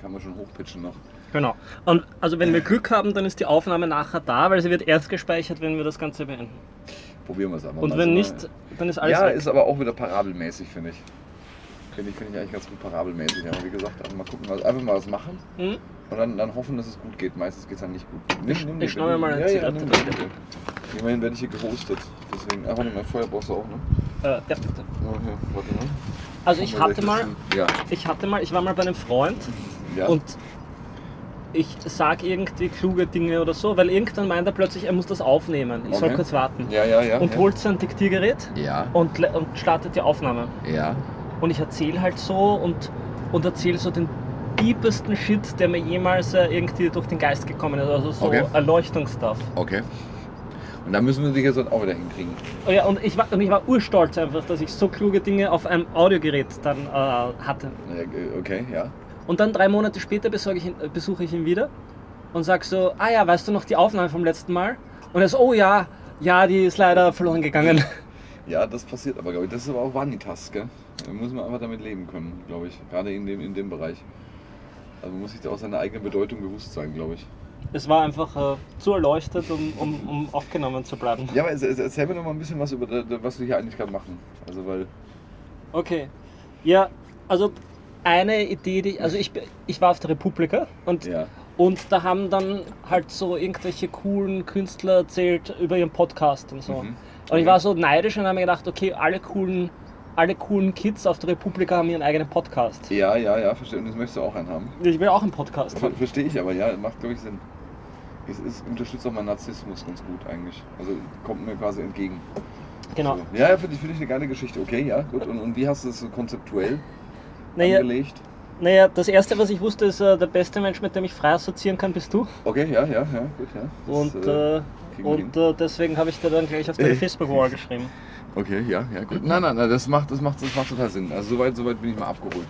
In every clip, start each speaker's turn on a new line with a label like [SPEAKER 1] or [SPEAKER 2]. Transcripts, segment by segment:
[SPEAKER 1] kann man schon hochpitchen noch.
[SPEAKER 2] Genau. Und also wenn wir Glück haben, dann ist die Aufnahme nachher da, weil sie wird erst gespeichert, wenn wir das Ganze beenden.
[SPEAKER 1] Probieren wir es einfach
[SPEAKER 2] Und
[SPEAKER 1] mal.
[SPEAKER 2] wenn
[SPEAKER 1] so.
[SPEAKER 2] nicht, dann ist alles
[SPEAKER 1] ja,
[SPEAKER 2] weg.
[SPEAKER 1] ist aber auch wieder parabelmäßig, finde ich. Finde ich, finde ich eigentlich ganz gut parabelmäßig. Aber wie gesagt, einfach mal gucken, was- einfach mal was machen
[SPEAKER 2] Hm?
[SPEAKER 1] und dann, dann hoffen, dass es gut geht. Meistens geht es dann nicht gut. Nimm, nimm
[SPEAKER 2] ich schnaube mal eine
[SPEAKER 1] ja, ja,
[SPEAKER 2] Zigarette,
[SPEAKER 1] nimm die bitte. Immerhin werde ich hier gehostet. Deswegen einfach nicht mein Feuerboss auch, ne?
[SPEAKER 2] Äh, ja.
[SPEAKER 1] Okay, warte mal.
[SPEAKER 2] Also ich
[SPEAKER 1] Schau
[SPEAKER 2] hatte mal,
[SPEAKER 1] welches- Ja,
[SPEAKER 2] ich hatte mal, ich war mal bei einem Freund
[SPEAKER 1] ja.
[SPEAKER 2] und ich sag irgendwie kluge Dinge oder so, weil irgendwann meint er plötzlich, er muss das aufnehmen. Ich soll
[SPEAKER 1] Okay.
[SPEAKER 2] kurz warten.
[SPEAKER 1] ja, ja, ja.
[SPEAKER 2] und
[SPEAKER 1] ja.
[SPEAKER 2] holt sein Diktiergerät
[SPEAKER 1] Ja,
[SPEAKER 2] und, le- und startet die Aufnahme.
[SPEAKER 1] ja.
[SPEAKER 2] Und ich erzähle halt so und, und erzähle so den deepesten Shit, der mir jemals äh, irgendwie durch den Geist gekommen ist. Also so
[SPEAKER 1] Okay.
[SPEAKER 2] Erleuchtungsstuff.
[SPEAKER 1] Okay. Und da müssen wir dich jetzt auch wieder hinkriegen.
[SPEAKER 2] Oh ja, und ich war, und ich war urstolz einfach, dass ich so kluge Dinge auf einem Audiogerät dann äh, hatte.
[SPEAKER 1] Ja, äh, Okay, ja.
[SPEAKER 2] Und dann drei Monate später besorge ich ihn, äh, besuche ich ihn wieder und sag so, ah ja, weißt du noch die Aufnahme vom letzten Mal? Und er so, oh ja, ja, die ist leider verloren gegangen.
[SPEAKER 1] Ja, das passiert aber, glaube ich. Das ist aber auch Vanitas, gell? Da muss man einfach damit leben können, glaube ich. Gerade in dem, in dem Bereich. Also man muss sich da auch seiner eigenen Bedeutung bewusst sein, glaube ich.
[SPEAKER 2] Es war einfach äh, zu erleuchtet, um, um, um aufgenommen zu bleiben.
[SPEAKER 1] Ja, aber es- es- erzähl mir doch mal ein bisschen was über, das, was wir hier eigentlich gerade machen. Also, weil.
[SPEAKER 2] Okay. Ja, also eine Idee, die, also ich, ich war auf der Republika und,
[SPEAKER 1] Ja.
[SPEAKER 2] und da haben dann halt so irgendwelche coolen Künstler erzählt über ihren Podcast und so.
[SPEAKER 1] Mhm.
[SPEAKER 2] Und ich war so neidisch und habe mir gedacht, okay, alle coolen, alle coolen Kids auf der Republika haben ihren eigenen Podcast.
[SPEAKER 1] Ja, ja, ja, verstehe. Und das möchtest du auch einen haben.
[SPEAKER 2] Ich will auch einen Podcast
[SPEAKER 1] Ver
[SPEAKER 2] haben.
[SPEAKER 1] verstehe ich aber, ja, macht, glaube ich, Sinn. Es, es unterstützt auch meinen Narzissmus ganz gut eigentlich. Also kommt mir quasi entgegen.
[SPEAKER 2] Genau.
[SPEAKER 1] So. Ja, ja, finde ich, finde ich eine geile Geschichte. Okay, ja, gut. Und, und wie hast du das so konzeptuell
[SPEAKER 2] Naja,
[SPEAKER 1] angelegt?
[SPEAKER 2] naja, das erste, was ich wusste, ist, äh, der beste Mensch, mit dem ich frei assoziieren kann, bist du.
[SPEAKER 1] Okay, ja, ja, ja, gut, ja. Das,
[SPEAKER 2] Und,
[SPEAKER 1] äh,
[SPEAKER 2] äh,
[SPEAKER 1] kriegen wir hin.
[SPEAKER 2] und äh, deswegen habe ich dir dann gleich auf deine
[SPEAKER 1] Äh.
[SPEAKER 2] Facebook-Wall geschrieben.
[SPEAKER 1] okay, ja, ja,
[SPEAKER 2] Mhm.
[SPEAKER 1] gut. Nein, nein, nein, das macht, das macht, das macht total Sinn. Also soweit, soweit bin ich mal abgeholt.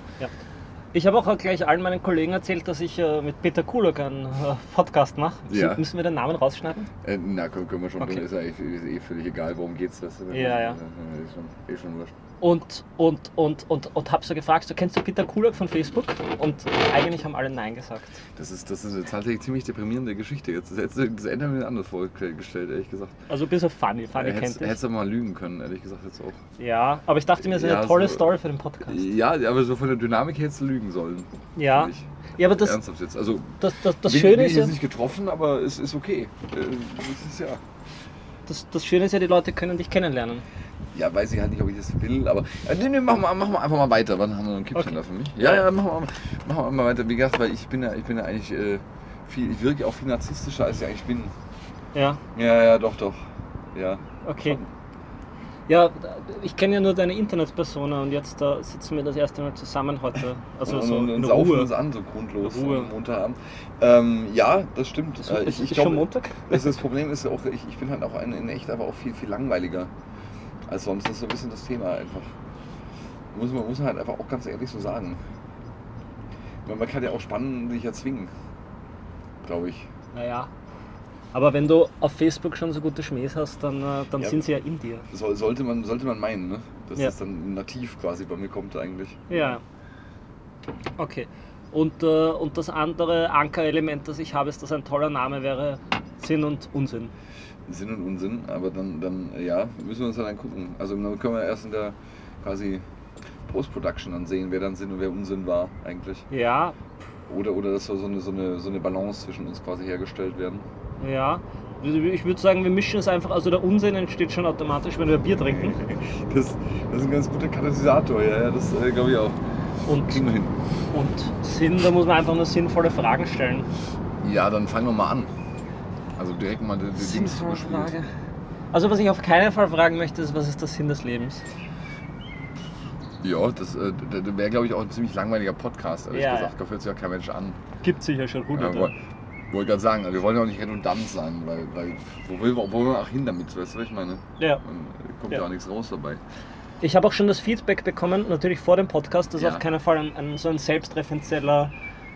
[SPEAKER 2] Ich habe auch gleich allen meinen Kollegen erzählt, dass ich äh, mit Peter Kulak einen äh, Podcast mache.
[SPEAKER 1] Ja.
[SPEAKER 2] Müssen wir den Namen rausschneiden?
[SPEAKER 1] Äh, na, können, können wir schon,
[SPEAKER 2] Okay.
[SPEAKER 1] tun. ist ja eh, ist eh völlig egal, worum geht's das. Äh,
[SPEAKER 2] Ja, ja.
[SPEAKER 1] Ist schon, ist schon wurscht.
[SPEAKER 2] Und, und, und, und, und habe so gefragt, so, kennst du Peter Kulak von Facebook? Und eigentlich haben alle Nein gesagt.
[SPEAKER 1] Das ist, das ist eine tatsächlich ziemlich deprimierende Geschichte jetzt. Das, hättest du- das Ende haben wir anders vorgestellt, ehrlich gesagt.
[SPEAKER 2] Also ein bisschen funny, funny
[SPEAKER 1] Äh, hättest,
[SPEAKER 2] kennt dich.
[SPEAKER 1] hättest du mal lügen können, ehrlich gesagt, jetzt auch.
[SPEAKER 2] Ja, aber ich dachte mir, es ist
[SPEAKER 1] Ja,
[SPEAKER 2] eine tolle
[SPEAKER 1] so-
[SPEAKER 2] Story für den Podcast.
[SPEAKER 1] Ja, aber so von der Dynamik hättest du lügen sollen.
[SPEAKER 2] Ja,
[SPEAKER 1] finde
[SPEAKER 2] ja aber
[SPEAKER 1] Ich.
[SPEAKER 2] das,
[SPEAKER 1] Ernsthaft jetzt. Also,
[SPEAKER 2] das, das, das,
[SPEAKER 1] bin-
[SPEAKER 2] Schöne
[SPEAKER 1] bin
[SPEAKER 2] ist
[SPEAKER 1] ich
[SPEAKER 2] ja,
[SPEAKER 1] jetzt nicht getroffen, aber es ist okay. Äh, Das ist ja.
[SPEAKER 2] das, das Schöne ist ja, die Leute können dich kennenlernen.
[SPEAKER 1] Ja, weiß ich halt nicht, ob ich das will, aber. Äh, nee, nee, mach mal, mach mal einfach mal weiter. Wann haben wir noch ein Kippchen
[SPEAKER 2] Okay.
[SPEAKER 1] da für mich? Ja, ja, mach mal, mach mal, mal weiter. Wie gesagt, weil ich bin ja, ich bin ja eigentlich äh, viel, ich wirke auch viel narzisstischer, als ich eigentlich bin.
[SPEAKER 2] Ja,
[SPEAKER 1] Ja, ja, doch, doch. Ja.
[SPEAKER 2] okay. Ja, ich kenne ja nur deine Internetspersona und jetzt äh, sitzen wir das erste Mal zusammen heute. Also
[SPEAKER 1] und,
[SPEAKER 2] so
[SPEAKER 1] und, und
[SPEAKER 2] in
[SPEAKER 1] saufen
[SPEAKER 2] Ruhe.
[SPEAKER 1] uns an, so grundlos
[SPEAKER 2] Ruhe.
[SPEAKER 1] am Montagabend. Ähm, ja, das stimmt.
[SPEAKER 2] Das
[SPEAKER 1] Äh,
[SPEAKER 2] ist,
[SPEAKER 1] ich, ich
[SPEAKER 2] ist
[SPEAKER 1] glaub,
[SPEAKER 2] schon Montag?
[SPEAKER 1] Das, das Problem ist ja auch, ich, ich bin halt auch ein, in echt aber auch viel, viel langweiliger als sonst. Das ist so ein bisschen das Thema einfach. Muss man, muss man halt einfach auch ganz ehrlich so sagen. Man, man kann ja auch spannend sich erzwingen. Glaube ich.
[SPEAKER 2] Naja. Aber wenn du auf Facebook schon so gute Schmähs hast, dann, äh, dann
[SPEAKER 1] Ja.
[SPEAKER 2] sind sie ja in dir.
[SPEAKER 1] So, sollte, man, sollte man meinen, ne? dass
[SPEAKER 2] Ja.
[SPEAKER 1] das dann nativ quasi bei mir kommt eigentlich.
[SPEAKER 2] Ja. Okay. Und, äh, und das andere Ankerelement, das ich habe, ist, dass ein toller Name wäre Sinn und Unsinn.
[SPEAKER 1] Sinn und Unsinn, aber dann, dann äh, ja, müssen wir uns dann angucken. Also dann können wir erst in der quasi Post-Production dann sehen, wer dann Sinn und wer Unsinn war eigentlich.
[SPEAKER 2] Ja,
[SPEAKER 1] Oder, oder dass so so eine, so, eine, so eine Balance zwischen uns quasi hergestellt werden.
[SPEAKER 2] ja. Also, Ich würde sagen, wir mischen es einfach. Also der Unsinn entsteht schon automatisch, wenn wir Bier trinken.
[SPEAKER 1] Das, das ist ein ganz guter Katalysator, ja, ja das äh, glaube ich auch.
[SPEAKER 2] Und,
[SPEAKER 1] Kriegen wir hin.
[SPEAKER 2] und Sinn, da muss man einfach nur sinnvolle Fragen stellen.
[SPEAKER 1] Ja, dann fangen wir mal an. Also direkt mal die, die Dings gespielt.
[SPEAKER 2] Also was ich auf keinen Fall fragen möchte, ist, was ist der Sinn des Lebens?
[SPEAKER 1] Ja, das äh, wäre, glaube ich, auch ein ziemlich langweiliger Podcast, ehrlich
[SPEAKER 2] Ja,
[SPEAKER 1] gesagt.
[SPEAKER 2] ja.
[SPEAKER 1] Da hört sich ja kein Mensch an.
[SPEAKER 2] Gibt sicher schon
[SPEAKER 1] Ja,
[SPEAKER 2] hunderte.
[SPEAKER 1] woll- wollte gerade sagen, wir wollen ja auch nicht redundant sein, weil, weil wo, will, wo wollen wir auch hin damit, weißt du, was ich meine?
[SPEAKER 2] ja.
[SPEAKER 1] Dann äh, kommt
[SPEAKER 2] Ja.
[SPEAKER 1] ja, auch nichts raus dabei.
[SPEAKER 2] Ich habe auch schon das Feedback bekommen, natürlich vor dem Podcast, dass
[SPEAKER 1] Ja.
[SPEAKER 2] auf keinen Fall ein, ein, so ein selbstreferenzieller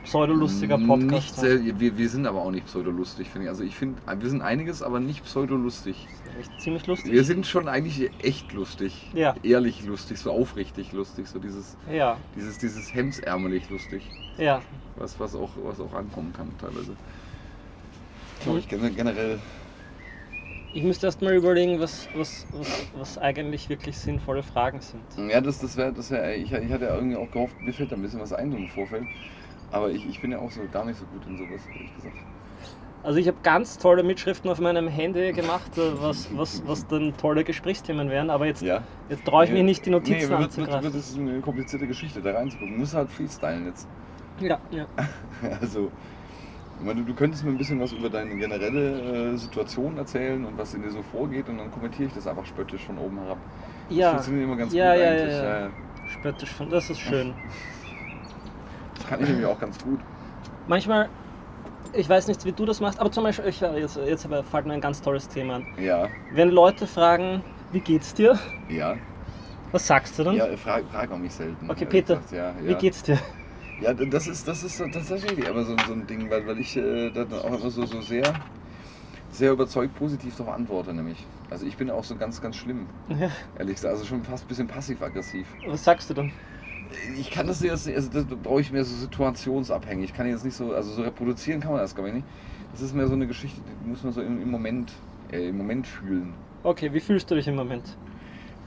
[SPEAKER 2] pseudolustiger Podcast.
[SPEAKER 1] Mm,
[SPEAKER 2] ne?
[SPEAKER 1] Nicht sehr, wir, wir sind aber auch nicht pseudolustig, finde ich. Also ich finde, wir sind einiges, aber nicht pseudolustig.
[SPEAKER 2] Echt ziemlich lustig.
[SPEAKER 1] Wir sind schon eigentlich echt lustig.
[SPEAKER 2] Ja.
[SPEAKER 1] Ehrlich lustig, so aufrichtig lustig, so dieses,
[SPEAKER 2] ja,
[SPEAKER 1] dieses, dieses hemsärmelig lustig,
[SPEAKER 2] ja.
[SPEAKER 1] was, was, auch, was auch ankommen kann teilweise. Glaube ich gen- generell.
[SPEAKER 2] Ich müsste erst mal überlegen, was, was, was, was eigentlich wirklich sinnvolle Fragen sind.
[SPEAKER 1] Ja, das, das wäre, das wär, ich, ich hatte ja irgendwie auch gehofft, mir fällt da ein bisschen was ein so im Vorfeld. Aber ich, ich bin ja auch so gar nicht so gut in sowas, ehrlich gesagt.
[SPEAKER 2] Also ich habe ganz tolle Mitschriften auf meinem Handy gemacht, äh, was, was, was dann tolle Gesprächsthemen wären, aber jetzt,
[SPEAKER 1] Ja.
[SPEAKER 2] jetzt traue ich mich nicht, die Notizen
[SPEAKER 1] nee, wird, wird,
[SPEAKER 2] anzugreifen.
[SPEAKER 1] wird, das ist eine komplizierte Geschichte, da reinzugucken. Muss halt freestylen jetzt.
[SPEAKER 2] Ja, ja.
[SPEAKER 1] Also, ich meine, du, du könntest mir ein bisschen was über deine generelle äh, Situation erzählen und was in dir so vorgeht und dann kommentiere ich das einfach spöttisch von oben herab. Das
[SPEAKER 2] ja.
[SPEAKER 1] funktioniert immer ganz
[SPEAKER 2] ja,
[SPEAKER 1] gut
[SPEAKER 2] ja,
[SPEAKER 1] eigentlich.
[SPEAKER 2] Ja, ja.
[SPEAKER 1] ja.
[SPEAKER 2] Spöttisch von, das ist schön.
[SPEAKER 1] Das kann ich nämlich auch ganz gut.
[SPEAKER 2] Manchmal, ich weiß nicht, wie du das machst, aber zum Beispiel, ich, äh, jetzt, jetzt aber fällt mir ein ganz tolles Thema an.
[SPEAKER 1] Ja,
[SPEAKER 2] Wenn Leute fragen, wie geht's dir?
[SPEAKER 1] ja.
[SPEAKER 2] Was sagst du dann?
[SPEAKER 1] Ja, frag, frag auch mich selten.
[SPEAKER 2] Okay,
[SPEAKER 1] ehrlich
[SPEAKER 2] Peter,
[SPEAKER 1] gesagt, Ja, ja.
[SPEAKER 2] Wie geht's dir?
[SPEAKER 1] Ja, d- das ist, das ist so- tatsächlich aber so, so ein Ding, weil, weil ich äh, da dann auch immer so, so sehr, sehr überzeugt positiv darauf antworte, nämlich. Also ich bin auch so ganz, ganz schlimm,
[SPEAKER 2] Ja.
[SPEAKER 1] ehrlich gesagt. Also schon fast ein bisschen passiv-aggressiv.
[SPEAKER 2] Was sagst du dann?
[SPEAKER 1] Ich kann das jetzt, also das brauche ich mehr so situationsabhängig. Ich kann jetzt nicht so, also so reproduzieren kann man das, glaube ich nicht. Das ist mehr so eine Geschichte, die muss man so im, im Moment, äh, im Moment fühlen.
[SPEAKER 2] Okay, wie fühlst du dich im Moment?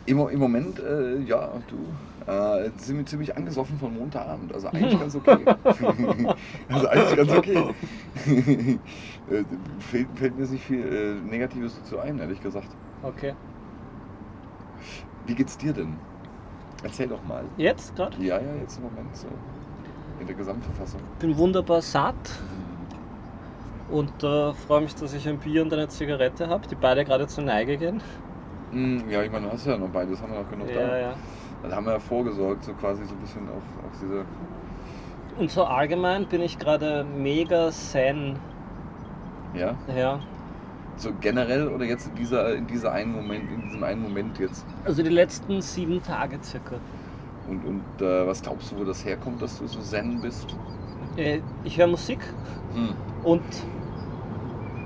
[SPEAKER 1] Im, im Moment, äh, ja, du, äh, ziemlich, ziemlich angesoffen von Montagabend. Also eigentlich ganz okay. also eigentlich ganz okay. äh, fällt, fällt mir jetzt nicht viel äh, Negatives dazu ein, ehrlich gesagt.
[SPEAKER 2] Okay.
[SPEAKER 1] Wie geht's dir denn? Erzähl doch mal.
[SPEAKER 2] Jetzt gerade?
[SPEAKER 1] Ja, ja, jetzt im Moment so. In der Gesamtverfassung.
[SPEAKER 2] Bin wunderbar satt und äh, freue mich, dass ich ein Bier und eine Zigarette habe, die beide gerade zur Neige gehen.
[SPEAKER 1] Mm, Ja, ich meine, du hast ja noch beides, haben wir noch genug da.
[SPEAKER 2] Ja, ja.
[SPEAKER 1] Da haben wir ja vorgesorgt, so quasi so ein bisschen auf, auf diese.
[SPEAKER 2] Und so allgemein bin ich gerade mega zen.
[SPEAKER 1] Ja?
[SPEAKER 2] Ja.
[SPEAKER 1] So generell oder jetzt in dieser, in dieser einen Moment, in diesem einen Moment jetzt?
[SPEAKER 2] Also die letzten sieben Tage circa.
[SPEAKER 1] Und, und äh, was glaubst du, wo das herkommt, dass du so zen bist?
[SPEAKER 2] Äh, Ich höre Musik und,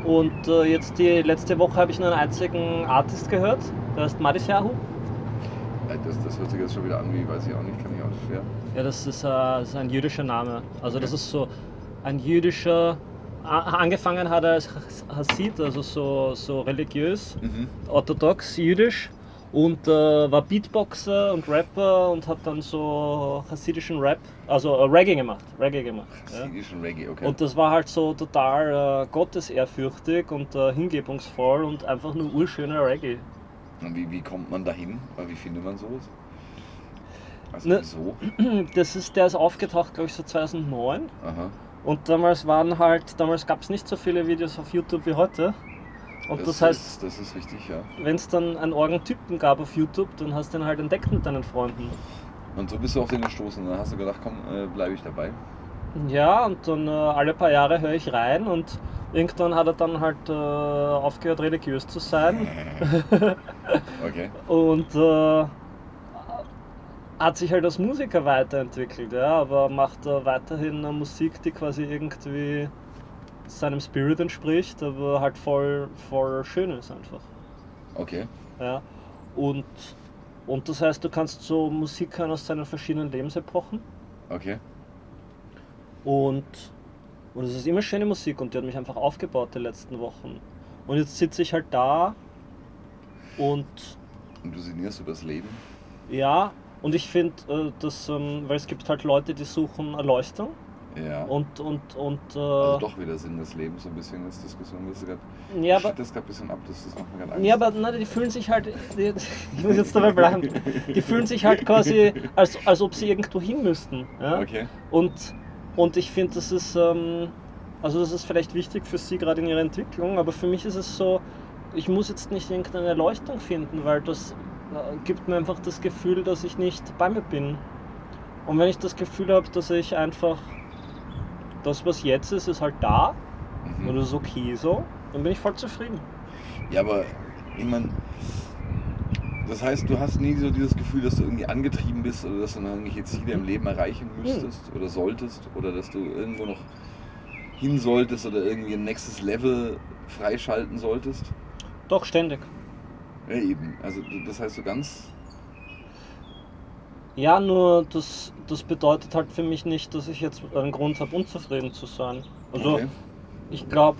[SPEAKER 2] und äh, jetzt die letzte Woche habe ich nur einen einzigen Artist gehört. Der heißt Madis Yahoo.
[SPEAKER 1] Äh, Das, das hört sich jetzt schon wieder an, wie weiß ich auch nicht, kann ich auch nicht. Ja.
[SPEAKER 2] Ja, das ist, äh, das ist ein jüdischer Name. Also das ist so ein jüdischer. a- Angefangen hat er als Hasid, also so, so religiös, orthodox, jüdisch und äh, war Beatboxer und Rapper und hat dann so hasidischen Rap, also äh, Reggae gemacht, Reggae gemacht. Ja.
[SPEAKER 1] Chassidischen Reggae, okay.
[SPEAKER 2] Und das war halt so total äh, gottesehrfürchtig und äh, hingebungsvoll und einfach nur urschöner Reggae.
[SPEAKER 1] Und wie, wie kommt man dahin? Äh, Wie findet man sowas? Also
[SPEAKER 2] Ne-
[SPEAKER 1] wieso?
[SPEAKER 2] Das ist, der ist aufgetaucht, glaube ich, so 2009
[SPEAKER 1] Aha.
[SPEAKER 2] Und damals waren halt, damals gab es nicht so viele Videos auf YouTube wie heute. Und das,
[SPEAKER 1] ist,
[SPEAKER 2] heißt,
[SPEAKER 1] das ist richtig, ja.
[SPEAKER 2] wenn es dann einen Orgentypen gab auf YouTube, dann hast du den halt entdeckt mit deinen Freunden.
[SPEAKER 1] Und so bist du auf den gestoßen. Dann hast du gedacht, komm, äh, bleibe ich dabei.
[SPEAKER 2] Ja, und dann äh, alle paar Jahre höre ich rein und irgendwann hat er dann halt äh, aufgehört, religiös zu sein
[SPEAKER 1] Okay.
[SPEAKER 2] und äh, hat sich halt als Musiker weiterentwickelt, ja, aber macht äh, weiterhin äh, Musik, die quasi irgendwie seinem Spirit entspricht, aber halt voll, voll schön ist einfach.
[SPEAKER 1] Okay.
[SPEAKER 2] Ja. Und, und das heißt, du kannst so Musik hören aus seinen verschiedenen Lebensepochen.
[SPEAKER 1] Okay.
[SPEAKER 2] Und, und es ist immer schöne Musik und die hat mich einfach aufgebaut die letzten Wochen. Und jetzt sitze ich halt da und
[SPEAKER 1] Und du sinnierst über das Leben.
[SPEAKER 2] ja, und ich finde, äh, dass, ähm, weil es gibt halt Leute, die suchen Erleuchtung
[SPEAKER 1] Ja.
[SPEAKER 2] und, und, und, äh,
[SPEAKER 1] also doch wieder Sinn des Lebens, so ein bisschen jetzt Diskussion. Das ist grad,
[SPEAKER 2] ja, aber,
[SPEAKER 1] schickt das gerade ein bisschen ab, das, das macht mir gerade Angst.
[SPEAKER 2] Ja, aber na, die fühlen sich halt, die, ich muss jetzt dabei bleiben, die fühlen sich halt quasi, als, als ob sie irgendwo hin müssten. Ja?
[SPEAKER 1] Okay.
[SPEAKER 2] Und, und ich finde, das ist, ähm, also das ist vielleicht wichtig für sie gerade in ihrer Entwicklung, aber für mich ist es so, ich muss jetzt nicht irgendeine Erleuchtung finden, weil das äh, gibt mir einfach das Gefühl, dass ich nicht bei mir bin. Und wenn ich das Gefühl habe, dass ich einfach das, was jetzt ist, ist halt da
[SPEAKER 1] Mhm.
[SPEAKER 2] und es ist okay so, dann bin ich voll zufrieden.
[SPEAKER 1] Ja, aber ich meine, Das heißt, du hast nie so dieses Gefühl, dass du irgendwie angetrieben bist oder dass du noch irgendwelche Ziele im Leben erreichen
[SPEAKER 2] Hm.
[SPEAKER 1] müsstest oder solltest oder dass du irgendwo noch hin solltest oder irgendwie ein nächstes Level freischalten solltest?
[SPEAKER 2] Doch, ständig.
[SPEAKER 1] Ja, eben. Also das heißt, so ganz
[SPEAKER 2] Ja, nur das, das bedeutet halt für mich nicht, dass ich jetzt einen Grund habe, unzufrieden zu sein. Also
[SPEAKER 1] Okay.
[SPEAKER 2] ich glaube,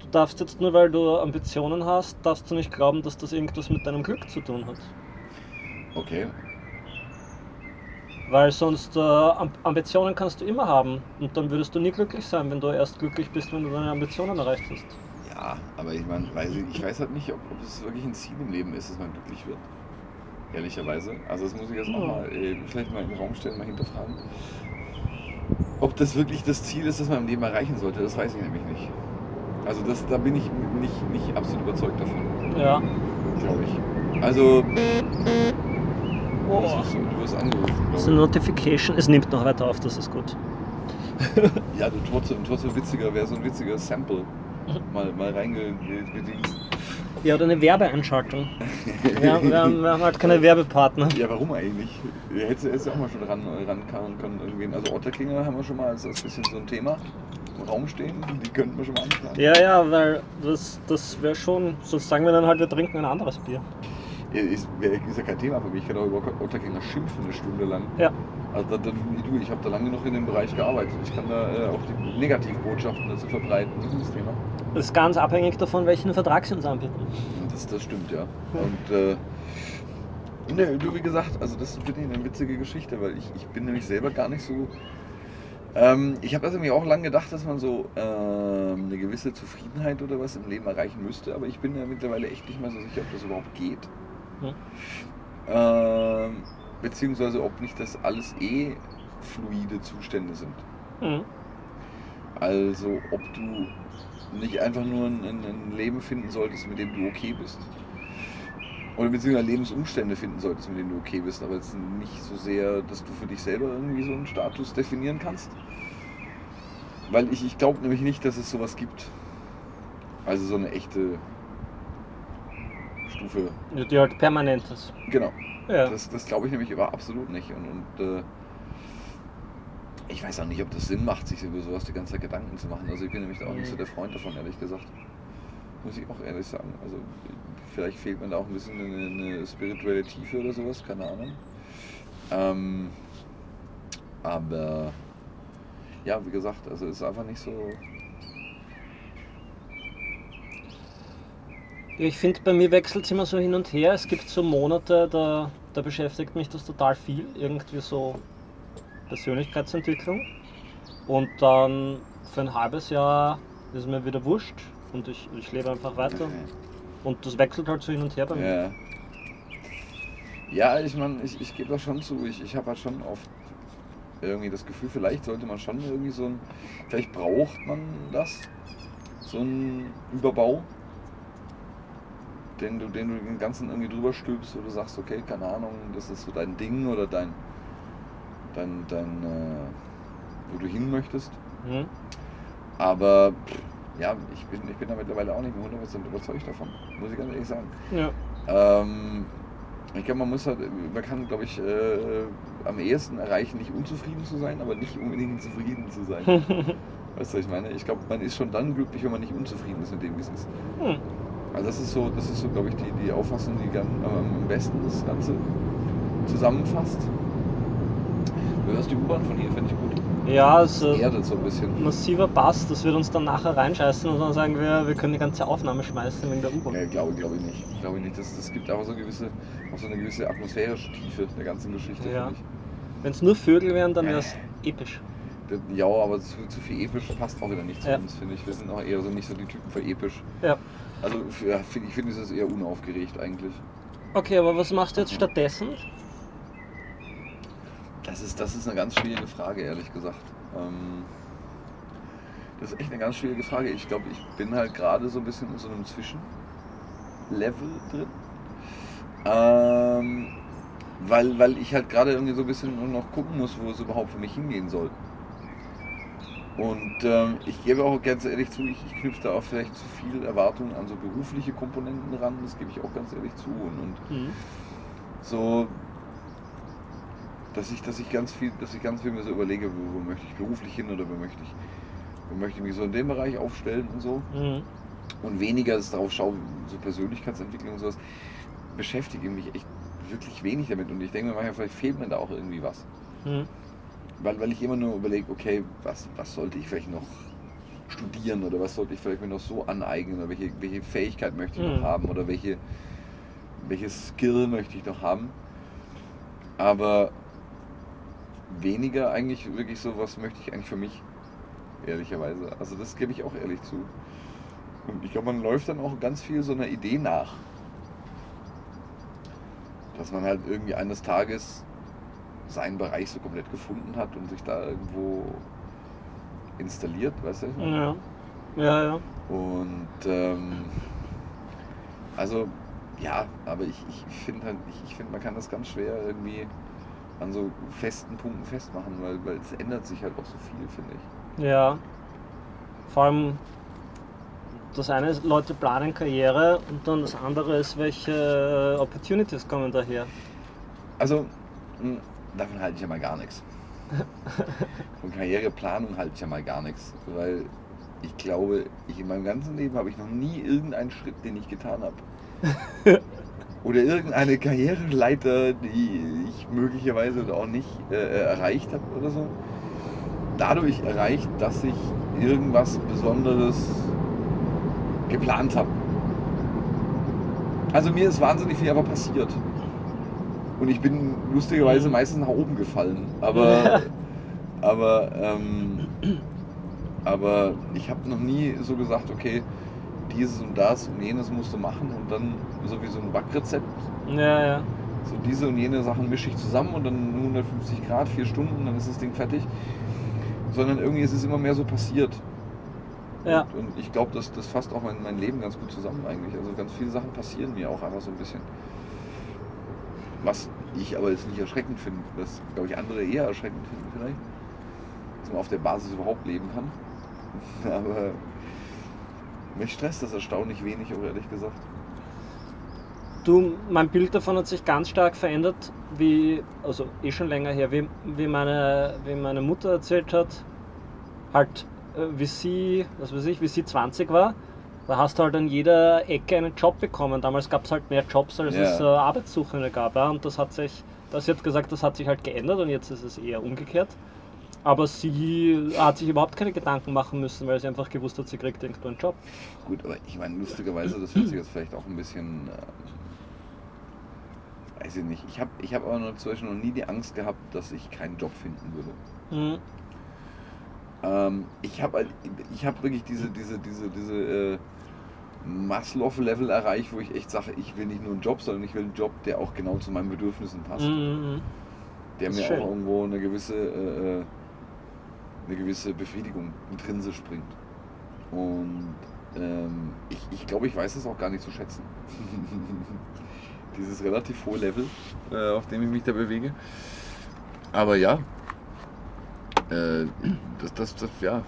[SPEAKER 2] du darfst jetzt nur, weil du Ambitionen hast, darfst du nicht glauben, dass das irgendwas mit deinem Glück zu tun hat.
[SPEAKER 1] okay.
[SPEAKER 2] Weil sonst äh, Am- Ambitionen kannst du immer haben und dann würdest du nie glücklich sein, wenn du erst glücklich bist, wenn du deine Ambitionen erreicht hast.
[SPEAKER 1] Ja, aber ich meine, weiß ich, ich weiß halt nicht, ob, ob es wirklich ein Ziel im Leben ist, dass man glücklich wird. Ehrlicherweise. Also das muss ich jetzt auch
[SPEAKER 2] Ja.
[SPEAKER 1] mal äh, vielleicht mal im Raum stellen, mal hinterfragen. Ob das wirklich das Ziel ist, das man im Leben erreichen sollte, das weiß ich nämlich nicht. Also das, da bin ich nicht, nicht absolut überzeugt davon,
[SPEAKER 2] Ja.
[SPEAKER 1] glaube ich. Also, das wirst du, du wirst angerufen,
[SPEAKER 2] Das
[SPEAKER 1] glaube
[SPEAKER 2] ist eine Notification. Es nimmt noch weiter auf, das ist gut.
[SPEAKER 1] ich. Ja, du trotzdem, trotzdem witziger, wäre so ein witziger Sample. Mal, mal reingedingst.
[SPEAKER 2] Ja, oder eine Werbeeinschaltung. Wir haben, wir haben, wir haben halt keine Werbepartner.
[SPEAKER 1] Ja, warum eigentlich? Hättest du hättest du auch mal schon ran, rankommen können. Irgendwen. Also Otterklinger haben wir schon mal als, als bisschen so ein Thema im Raum stehen. Die könnten wir schon mal anfragen.
[SPEAKER 2] Ja, ja, weil das, das wäre schon, sonst sagen wir dann halt, wir trinken ein anderes Bier.
[SPEAKER 1] Ja, Ist, wär- ist ja kein Thema für mich. Ich kann auch über Otterklinger schimpfen eine Stunde lang.
[SPEAKER 2] Ja.
[SPEAKER 1] Also da, da, du, ich habe da lange genug in dem Bereich gearbeitet. Ich kann da äh, auch die Negativbotschaften dazu verbreiten. Das ist das Thema.
[SPEAKER 2] Das ist ganz abhängig davon, welchen Vertrag sie uns anbieten.
[SPEAKER 1] Das, das stimmt, ja. Und äh, ne, du, wie gesagt, also das finde ich eine witzige Geschichte, weil ich, ich bin nämlich selber gar nicht so. Ähm, ich habe das nämlich auch lange gedacht, dass man so ähm, eine gewisse Zufriedenheit oder was im Leben erreichen müsste, aber ich bin ja mittlerweile echt nicht mehr so sicher, ob das überhaupt geht.
[SPEAKER 2] Hm.
[SPEAKER 1] Ähm, beziehungsweise ob nicht das alles eh fluide Zustände sind.
[SPEAKER 2] Mhm.
[SPEAKER 1] Also, ob du nicht einfach nur ein, ein, ein Leben finden solltest, mit dem du okay bist. Oder beziehungsweise Lebensumstände finden solltest, mit denen du okay bist, aber jetzt nicht so sehr, dass du für dich selber irgendwie so einen Status definieren kannst. Weil ich, ich glaube nämlich nicht, dass es sowas gibt. Also so eine echte Stufe.
[SPEAKER 2] Ja, Die halt permanent ist.
[SPEAKER 1] Genau.
[SPEAKER 2] Ja.
[SPEAKER 1] Das, das glaube ich nämlich über absolut nicht. Und, und äh, ich weiß auch nicht, ob das Sinn macht, sich über sowas die ganze Zeit Gedanken zu machen. Also ich bin nämlich da auch nicht so der Freund davon, ehrlich gesagt. Muss ich auch ehrlich sagen. Also vielleicht fehlt mir da auch ein bisschen eine, eine spirituelle Tiefe oder sowas, keine Ahnung. Ähm, aber ja, wie gesagt, also es ist einfach nicht so.
[SPEAKER 2] Ja, Ich finde, bei mir wechselt es immer so hin und her. Es gibt so Monate, da, da beschäftigt mich das total viel, irgendwie so Persönlichkeitsentwicklung. Und dann für ein halbes Jahr ist mir wieder wurscht und ich, ich lebe einfach weiter. Und das wechselt halt so hin und her bei mir.
[SPEAKER 1] Ja. Ja, ich meine, ich, ich gebe das schon zu. Ich, ich habe halt schon oft irgendwie das Gefühl, vielleicht sollte man schon irgendwie so ein. Vielleicht braucht man das. So einen Überbau. Den du, den du den ganzen irgendwie drüber stülpst, wo du sagst, okay, keine Ahnung, das ist so dein Ding oder dein. dein, dein äh, wo du hin möchtest.
[SPEAKER 2] Mhm.
[SPEAKER 1] Aber pff, ja, ich bin, ich bin da mittlerweile auch nicht mehr 100% überzeugt davon. Muss ich ganz ehrlich sagen.
[SPEAKER 2] Ja.
[SPEAKER 1] Ähm, ich glaube, man muss halt, man kann, glaube ich, äh, am ehesten erreichen, nicht unzufrieden zu sein, aber nicht unbedingt zufrieden zu sein. weißt du, was ich meine? Ich glaube, man ist schon dann glücklich, wenn man nicht unzufrieden ist mit dem, wie es ist.
[SPEAKER 2] Hm.
[SPEAKER 1] Also das ist so, das ist so, glaube ich, die, die Auffassung, die gern, am am besten das Ganze zusammenfasst. Du hörst die U-Bahn von hier, finde ich gut.
[SPEAKER 2] ja, also
[SPEAKER 1] Das erdet so ein bisschen.
[SPEAKER 2] massiver Bass, das wird uns dann nachher reinscheißen und dann sagen wir, wir können die ganze Aufnahme schmeißen wegen der U-Bahn.
[SPEAKER 1] Ja, glaube glaube ich nicht. Glaube ich nicht. Das, das gibt aber so gewisse, auch so eine gewisse atmosphärische Tiefe der ganzen Geschichte,
[SPEAKER 2] Ja.
[SPEAKER 1] finde ich.
[SPEAKER 2] Wenn es nur Vögel wären, dann wäre es episch.
[SPEAKER 1] Das- Äh, Ja, aber zu, zu viel episch passt auch wieder nicht zu
[SPEAKER 2] Ja.
[SPEAKER 1] uns, finde ich. Wir sind auch eher so nicht so die Typen für episch.
[SPEAKER 2] Ja.
[SPEAKER 1] Also für, ja, find, ich finde es ist eher unaufgeregt eigentlich.
[SPEAKER 2] Okay, aber was machst du jetzt stattdessen?
[SPEAKER 1] Das ist, das ist eine ganz schwierige Frage, ehrlich gesagt. Ähm, das ist echt eine ganz schwierige Frage. Ich glaube, ich bin halt gerade so ein bisschen in so einem Zwischenlevel drin. Ähm, weil, weil ich halt gerade irgendwie so ein bisschen nur noch gucken muss, wo es überhaupt für mich hingehen soll. Und ähm, ich gebe auch ganz ehrlich zu, ich, ich knüpfe da auch vielleicht zu viel Erwartungen an so berufliche Komponenten ran, das gebe ich auch ganz ehrlich zu. Und, und
[SPEAKER 2] Mhm.
[SPEAKER 1] so, dass ich, dass ich ganz viel, dass ich ganz viel mir so überlege, wo, wo möchte ich beruflich hin oder wo möchte ich, wo möchte ich mich so in dem Bereich aufstellen und so.
[SPEAKER 2] Mhm.
[SPEAKER 1] Und weniger dass ich darauf schaue, so Persönlichkeitsentwicklung und sowas, beschäftige mich echt wirklich wenig damit. Und ich denke mir manchmal, vielleicht fehlt mir da auch irgendwie was.
[SPEAKER 2] Mhm.
[SPEAKER 1] Weil, weil ich immer nur überlege, okay, was, was sollte ich vielleicht noch studieren oder was sollte ich vielleicht mir noch so aneignen oder welche, welche Fähigkeit möchte ich
[SPEAKER 2] Mhm.
[SPEAKER 1] noch haben oder welche, welche Skill möchte ich noch haben. Aber weniger eigentlich wirklich so, was möchte ich eigentlich für mich, ehrlicherweise. Also das gebe ich auch ehrlich zu. Und ich glaube, man läuft dann auch ganz viel so einer Idee nach. Dass man halt irgendwie eines Tages seinen Bereich so komplett gefunden hat und sich da irgendwo installiert, weißt du?
[SPEAKER 2] Ja. Ja, ja.
[SPEAKER 1] Und ähm, also ja, aber ich, ich finde halt, ich, ich finde, man kann das ganz schwer irgendwie an so festen Punkten festmachen, weil, weil es ändert sich halt auch so viel, finde ich.
[SPEAKER 2] Ja. Vor allem das eine ist, Leute planen Karriere und dann das andere ist, welche äh, Opportunities kommen daher.
[SPEAKER 1] Also, mh, davon halte ich ja mal gar nichts. Von Karriereplanung halte ich ja mal gar nichts, weil ich glaube, ich in meinem ganzen Leben habe ich noch nie irgendeinen Schritt, den ich getan habe. Oder irgendeine Karriereleiter, die ich möglicherweise oder auch nicht äh, erreicht habe oder so. Dadurch erreicht, dass ich irgendwas Besonderes geplant habe. Also mir ist wahnsinnig viel einfach passiert. Und ich bin lustigerweise
[SPEAKER 2] Mhm.
[SPEAKER 1] meistens nach oben gefallen. Aber, aber, ähm, aber ich habe noch nie so gesagt, okay, dieses und das und jenes musst du machen und dann so wie so ein Backrezept.
[SPEAKER 2] Ja, ja.
[SPEAKER 1] So diese und jene Sachen mische ich zusammen und dann 150 Grad, vier Stunden, dann ist das Ding fertig. Sondern irgendwie ist es immer mehr so passiert.
[SPEAKER 2] Ja.
[SPEAKER 1] Und, und ich glaube, das, das fasst auch mein, mein Leben ganz gut zusammen eigentlich. Also ganz viele Sachen passieren mir auch einfach so ein bisschen. Was ich aber jetzt nicht erschreckend finde, was glaube ich andere eher erschreckend finden vielleicht. Dass man auf der Basis überhaupt leben kann. Aber mich stresst das erstaunlich wenig, auch ehrlich gesagt.
[SPEAKER 2] Du, mein Bild davon hat sich ganz stark verändert, wie, also eh schon länger her, wie, wie, meine, wie meine Mutter erzählt hat, halt, äh, wie sie, was weiß ich, wie sie 20 war, da hast du halt an jeder Ecke einen Job bekommen. Damals gab es halt mehr Jobs, als
[SPEAKER 1] Ja.
[SPEAKER 2] es äh, Arbeitssuchende gab. Ja? Und das hat sich, das sie hat gesagt, das hat sich halt geändert und jetzt ist es eher umgekehrt. Aber sie hat sich überhaupt keine Gedanken machen müssen, weil sie einfach gewusst hat, sie kriegt irgendwo einen Job.
[SPEAKER 1] Gut, aber ich meine, lustigerweise, das hört sich jetzt vielleicht auch ein bisschen. Ähm, weiß ich nicht. Ich habe ich hab aber noch zwischen noch nie die Angst gehabt, dass ich keinen Job finden würde.
[SPEAKER 2] Mhm.
[SPEAKER 1] Ähm, ich habe halt, ich hab wirklich diese, diese, diese, diese äh, Maslow-Level erreicht, wo ich echt sage, ich will nicht nur einen Job, sondern ich will einen Job, der auch genau zu meinen Bedürfnissen passt.
[SPEAKER 2] Mhm.
[SPEAKER 1] der
[SPEAKER 2] ist
[SPEAKER 1] mir
[SPEAKER 2] schön.
[SPEAKER 1] auch irgendwo eine gewisse, äh, äh, eine gewisse Befriedigung intrinsisch bringt. Und ähm, ich, ich glaube, ich weiß es auch gar nicht zu schätzen. Dieses relativ hohe Level, äh, auf dem ich mich da bewege. Aber ja, äh, das, das, das, ja,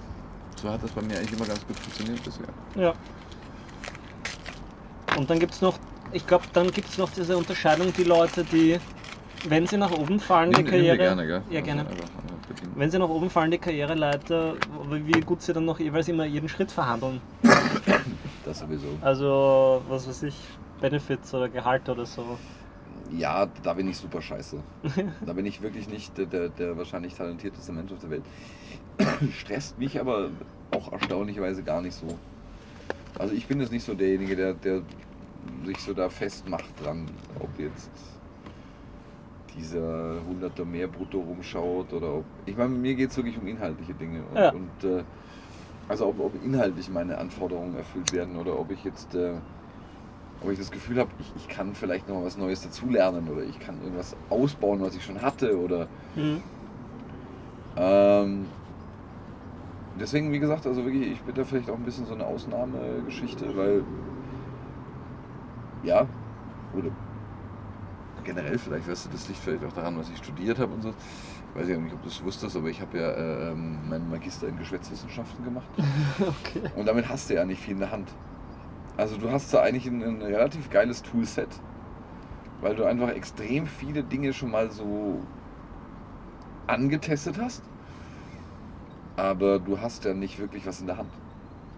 [SPEAKER 1] so hat das bei mir eigentlich immer ganz gut funktioniert bisher.
[SPEAKER 2] Ja. Und dann gibt es noch, ich glaube, dann gibt es noch diese Unterscheidung, die Leute, die, wenn sie nach oben fallen, die
[SPEAKER 1] dir
[SPEAKER 2] Karriere.
[SPEAKER 1] gerne, gell?
[SPEAKER 2] Ja, gerne.
[SPEAKER 1] Also, einfach, äh, bedient.
[SPEAKER 2] Wenn sie nach oben fallen, die Karriereleiter, wie wie gut sie dann noch jeweils immer jeden Schritt verhandeln.
[SPEAKER 1] das sowieso.
[SPEAKER 2] Also, was weiß ich, Benefits oder Gehalt oder so.
[SPEAKER 1] Ja, da bin ich super scheiße. Da bin ich wirklich nicht der, der, der wahrscheinlich talentierteste Mensch auf der Welt. Stresst mich aber auch erstaunlicherweise gar nicht so. Also ich bin jetzt nicht so derjenige, der, der sich so da festmacht dran, ob jetzt dieser Hunderter mehr brutto rumschaut oder ob. Ich meine, mir geht es wirklich um inhaltliche Dinge. Und,
[SPEAKER 2] Ja.
[SPEAKER 1] und äh, also ob, ob inhaltlich meine Anforderungen erfüllt werden oder ob ich jetzt. Äh, ob ich das Gefühl habe, ich, ich kann vielleicht noch was Neues dazulernen oder ich kann irgendwas ausbauen, was ich schon hatte oder
[SPEAKER 2] Mhm.
[SPEAKER 1] ähm, deswegen, wie gesagt, also wirklich, ich bin da vielleicht auch ein bisschen so eine Ausnahmegeschichte, weil ja, oder generell vielleicht, weißt du, das liegt vielleicht auch daran, was ich studiert habe und so. Weiß ich auch nicht, ob du es wusstest, aber ich habe ja äh, ähm, meinen Magister in Geschwätzwissenschaften gemacht.
[SPEAKER 2] Okay.
[SPEAKER 1] Und damit hast du ja nicht viel in der Hand. Also du hast da eigentlich ein, ein relativ geiles Toolset, weil du einfach extrem viele Dinge schon mal so angetestet hast, aber du hast ja nicht wirklich was in der Hand.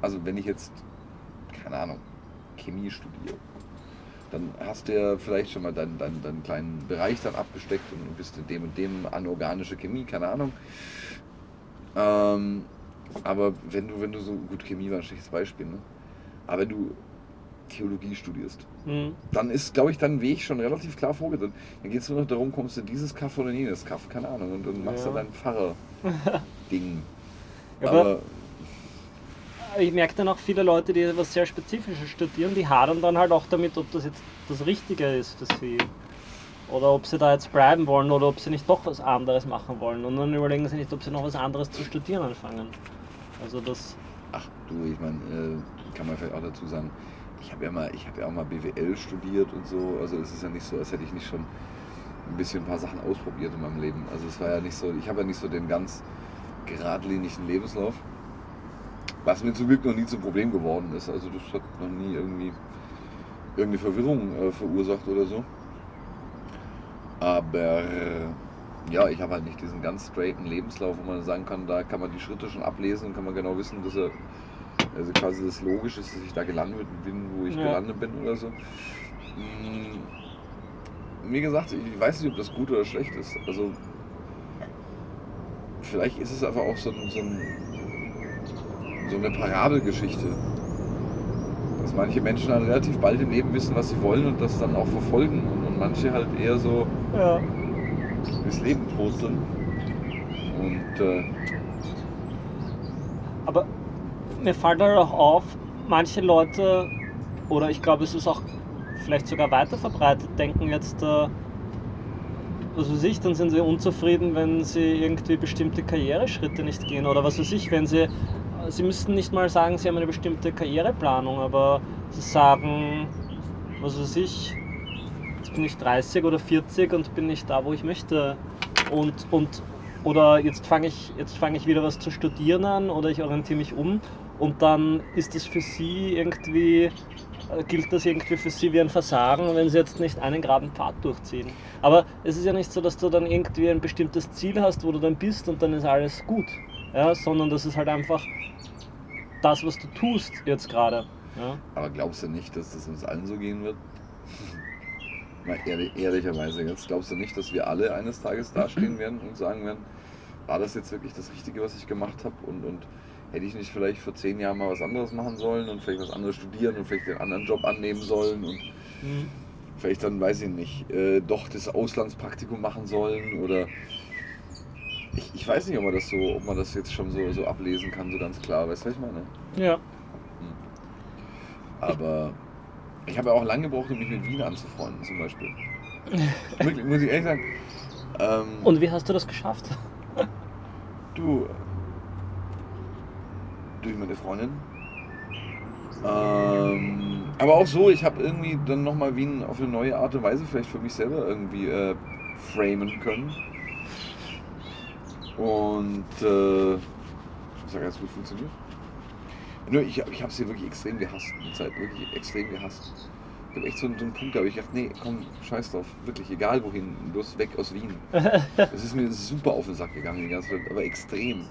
[SPEAKER 1] Also wenn ich jetzt, keine Ahnung, Chemie studiere, dann hast du ja vielleicht schon mal deinen, deinen, deinen kleinen Bereich dann abgesteckt und bist in dem und dem anorganische Chemie, keine Ahnung. Ähm, aber wenn du, wenn du so gut Chemie war ein schlechtes Beispiel, ne? Aber wenn du Theologie studierst,
[SPEAKER 2] Mhm.
[SPEAKER 1] dann ist, glaube ich, dein Weg schon relativ klar vorgesehen. Dann geht es nur noch darum, kommst du in dieses Kaff oder in jenes Kaff, keine Ahnung, und dann machst
[SPEAKER 2] Ja.
[SPEAKER 1] du dein Pfarrer-Ding.
[SPEAKER 2] Aber- Ich merke dann auch viele Leute, die etwas sehr Spezifisches studieren, die hadern dann halt auch damit, ob das jetzt das Richtige ist für sie. Oder ob sie da jetzt bleiben wollen oder ob sie nicht doch was anderes machen wollen. Und dann überlegen sie nicht, ob sie noch was anderes zu studieren anfangen. Also das.
[SPEAKER 1] Ach du, ich meine, äh, kann man vielleicht auch dazu sagen, ich habe ja, mal- ich hab ja auch mal BWL studiert und so. Also es ist ja nicht so, als hätte ich nicht schon ein bisschen ein paar Sachen ausprobiert in meinem Leben. Also es war ja nicht so, ich habe ja nicht so den ganz geradlinigen Lebenslauf. Was mir zum Glück noch nie zum Problem geworden ist. Also das hat noch nie irgendwie irgendeine Verwirrung äh, verursacht oder so. Aber äh, ja, ich habe halt nicht diesen ganz straighten Lebenslauf, wo man sagen kann, da kann man die Schritte schon ablesen und kann man genau wissen, dass er also quasi das logisch ist, dass ich da gelandet bin, wo ich
[SPEAKER 2] Ja.
[SPEAKER 1] gelandet bin oder so. Mm, Wie gesagt, ich weiß nicht, ob das gut oder schlecht ist. Also vielleicht ist es einfach auch so, ein, so, ein, so eine Parabelgeschichte. Dass manche Menschen dann relativ bald im Leben wissen, was sie wollen und das dann auch verfolgen. Und manche halt eher so,
[SPEAKER 2] Ja.
[SPEAKER 1] das Leben purzeln. Und äh,
[SPEAKER 2] Aber mir fällt halt auch auf, manche Leute, oder ich glaube, es ist auch vielleicht sogar weiter verbreitet, denken jetzt, äh, was weiß ich, dann sind sie unzufrieden, wenn sie irgendwie bestimmte Karriereschritte nicht gehen. Oder was weiß ich, wenn sie, sie müssten nicht mal sagen, sie haben eine bestimmte Karriereplanung, aber sie sagen, was weiß ich, jetzt bin ich 30 oder 40 und bin nicht da, wo ich möchte. Und, und oder jetzt fange ich, jetzt fange ich wieder was zu studieren an oder ich orientiere mich um und dann ist das für sie irgendwie, äh, gilt das irgendwie für sie wie ein Versagen, wenn sie jetzt nicht einen geraden Pfad durchziehen. Aber es ist ja nicht so, dass du dann irgendwie ein bestimmtes Ziel hast, wo du dann bist und dann ist alles gut, ja, sondern das ist halt einfach das, was du tust jetzt gerade. Ja.
[SPEAKER 1] aber glaubst du nicht, dass das uns allen so gehen wird? Mal ehrlich, ehrlicherweise jetzt, glaubst du nicht, dass wir alle eines Tages dastehen werden und sagen werden, war das jetzt wirklich das Richtige, was ich gemacht habe? Und, und hätte ich nicht vielleicht vor zehn Jahren mal was anderes machen sollen und vielleicht was anderes studieren und vielleicht den anderen Job annehmen sollen und
[SPEAKER 2] Mhm.
[SPEAKER 1] vielleicht dann, weiß ich nicht, äh, doch das Auslandspraktikum machen sollen oder ich, ich weiß nicht, ob man das so, ob man das jetzt schon so, so ablesen kann, so ganz klar, weißt du, was ich meine?
[SPEAKER 2] ja.
[SPEAKER 1] Aber ich habe ja auch lange gebraucht, um mich mit Wien anzufreunden, zum Beispiel. Wirklich, muss ich ehrlich sagen. Ähm,
[SPEAKER 2] Und wie hast du das geschafft?
[SPEAKER 1] du. Durch meine Freundin. Ähm, aber auch so, ich habe irgendwie dann nochmal Wien auf eine neue Art und Weise vielleicht für mich selber irgendwie äh, framen können. Und äh, das hat ganz gut funktioniert. Nur ich, ich habe sie wirklich extrem gehasst, die Zeit, wirklich extrem gehasst. Ich habe echt so, einen- so einen Punkt, da habe ich gedacht, nee, komm, scheiß drauf, wirklich, egal wohin, bloß weg aus Wien. Es ist mir super auf den Sack gegangen die ganze Zeit, aber extrem.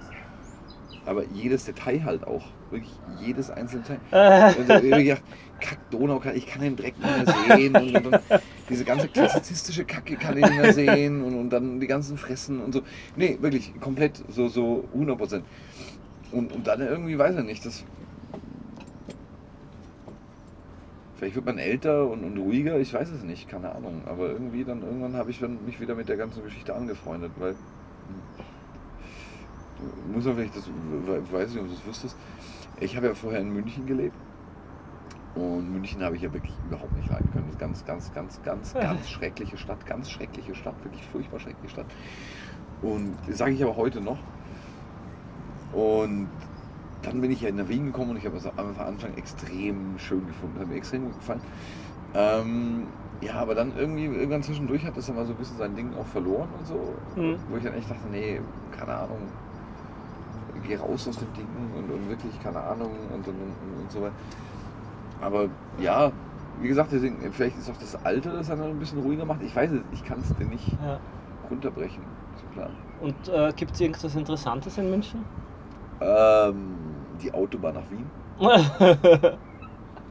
[SPEAKER 1] Aber jedes Detail halt auch, wirklich jedes einzelne Teil. Und dann hab ich gedacht, Kack, Donau, kann, ich kann den Dreck nicht mehr sehen. Und, und, und diese ganze klassizistische Kacke kann ich nicht mehr sehen. Und, und dann die ganzen Fressen und so. Nee, wirklich, komplett so, so 100 Prozent. Und, und dann irgendwie, weiß ich nicht, das. Vielleicht wird man älter und, und ruhiger, ich weiß es nicht, keine Ahnung. Aber irgendwie dann, irgendwann habe ich dann mich wieder mit der ganzen Geschichte angefreundet, weil. hm, Muss man vielleicht, das, weiß nicht, ob du das wüsstest. Ich habe ja vorher in München gelebt. Und München habe ich ja wirklich überhaupt nicht leiden können. Das ist ganz, ganz, ganz, ganz, ganz schreckliche Stadt, ganz schreckliche Stadt, wirklich furchtbar schreckliche Stadt. Und sage ich aber heute noch. Und dann bin ich ja nach Wien gekommen und ich habe es am Anfang extrem schön gefunden. Das hat mir extrem gut gefallen. Ähm, ja, aber dann irgendwie, irgendwann zwischendurch hat das dann mal so ein bisschen sein Ding auch verloren und so.
[SPEAKER 2] Mhm.
[SPEAKER 1] Wo ich dann echt dachte, nee, keine Ahnung, geh raus aus dem Ding und, und wirklich, keine Ahnung und, und, und, und so weiter. Aber ja, Wie gesagt, deswegen, vielleicht ist auch das Alter das dann ein bisschen ruhiger macht. Ich weiß es, ich kann es dir nicht
[SPEAKER 2] Ja.
[SPEAKER 1] runterbrechen. Ist klar.
[SPEAKER 2] Und äh, gibt es irgendwas Interessantes in München?
[SPEAKER 1] Ähm, die Autobahn nach Wien.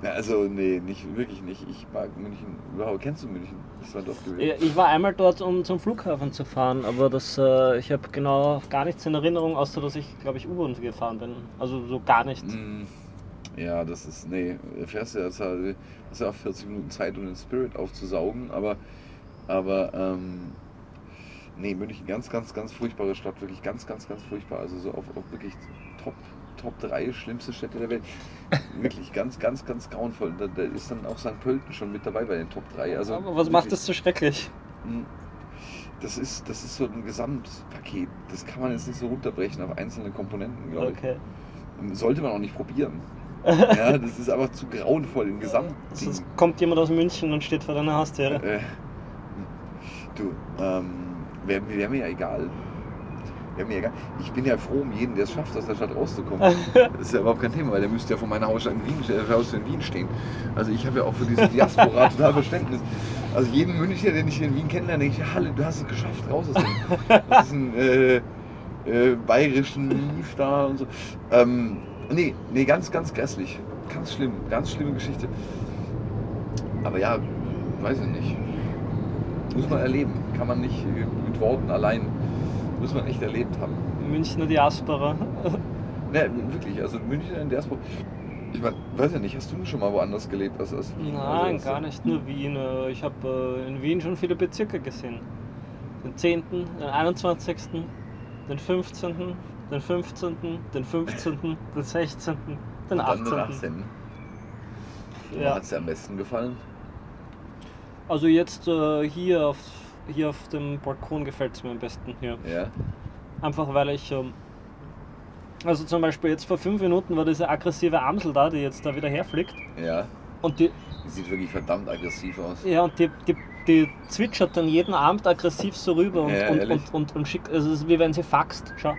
[SPEAKER 1] Ja, also, nee, nicht, wirklich nicht. Ich mag München. Überhaupt kennst du München? Bist du mal dort gewesen?
[SPEAKER 2] Ja, Ich war einmal dort, um zum Flughafen zu fahren, aber das, äh, ich habe genau gar nichts in Erinnerung, außer dass ich, glaube ich, U-Bahn gefahren bin. Also so gar nichts.
[SPEAKER 1] Mm, Ja, das ist. Nee, fährst du jetzt halt, hast ja auch 40 Minuten Zeit, um den Spirit aufzusaugen, aber. Aber, ähm. Nee, München, ganz, ganz, ganz furchtbare Stadt, wirklich ganz, ganz, ganz furchtbar. Also so auf, auf wirklich Top, Top 3 schlimmste Städte der Welt. Wirklich ganz, ganz, ganz grauenvoll. Da, da ist dann auch St. Pölten schon mit dabei bei den Top 3. Also
[SPEAKER 2] aber was macht
[SPEAKER 1] wirklich-
[SPEAKER 2] das so schrecklich?
[SPEAKER 1] Hm. Das ist, das ist so ein Gesamtpaket. Das kann man jetzt nicht so runterbrechen auf einzelne Komponenten, glaube ich. Ähm,
[SPEAKER 2] Okay.
[SPEAKER 1] Sollte man auch nicht probieren. ja, das ist einfach zu grauenvoll im Gesamt.
[SPEAKER 2] Sonst kommt jemand aus München und steht vor deiner Haustüre.
[SPEAKER 1] Äh, du, ähm, wäre wär mir ja egal. Wäre mir egal. Ich bin ja froh um jeden, der es schafft, aus der Stadt rauszukommen. Das ist ja überhaupt kein Thema, weil der müsste ja vor meiner Haustür in Wien, äh, Haustür in Wien stehen. Also ich habe ja auch für diese Diaspora total Verständnis. Also jeden Münchner, den ich hier in Wien kennenlerne, denke ich, Halle, du hast es geschafft, raus aus dem aus diesem, äh, äh, bayerischen Lief da und so. Ähm, nee, nee, ganz, ganz grässlich. Ganz schlimm, ganz schlimme Geschichte. Aber ja, weiß ich nicht. Muss man erleben. Kann man nicht äh, mit Worten allein. Muss man echt erlebt haben.
[SPEAKER 2] Münchner Diaspora.
[SPEAKER 1] Ne, wirklich, also München in Dersburg. Ich mein, weiß ja nicht, hast du schon mal woanders gelebt als, als Wien?
[SPEAKER 2] Nein,
[SPEAKER 1] also,
[SPEAKER 2] gar nicht nur Wien. Äh, Ich habe äh, in Wien schon viele Bezirke gesehen. Den 10., den 21., den 15., den 15., den 15., den 16., den
[SPEAKER 1] Den 18.
[SPEAKER 2] 18.
[SPEAKER 1] 18.
[SPEAKER 2] Ja.
[SPEAKER 1] Hat es dir am besten gefallen?
[SPEAKER 2] Also jetzt äh, hier, auf, hier auf dem Balkon gefällt es mir am besten hier.
[SPEAKER 1] Ja.
[SPEAKER 2] Einfach weil ich... Ähm, also zum Beispiel jetzt vor fünf Minuten war diese aggressive Amsel da, die jetzt da wieder herfliegt.
[SPEAKER 1] Ja.
[SPEAKER 2] Und die,
[SPEAKER 1] Sieht wirklich verdammt aggressiv aus.
[SPEAKER 2] Ja, und die, die, die zwitschert dann jeden Abend aggressiv so rüber und,
[SPEAKER 1] Ja,
[SPEAKER 2] und,
[SPEAKER 1] ehrlich.
[SPEAKER 2] und, und, und schickt. Also, es ist wie wenn sie faxt. Schau.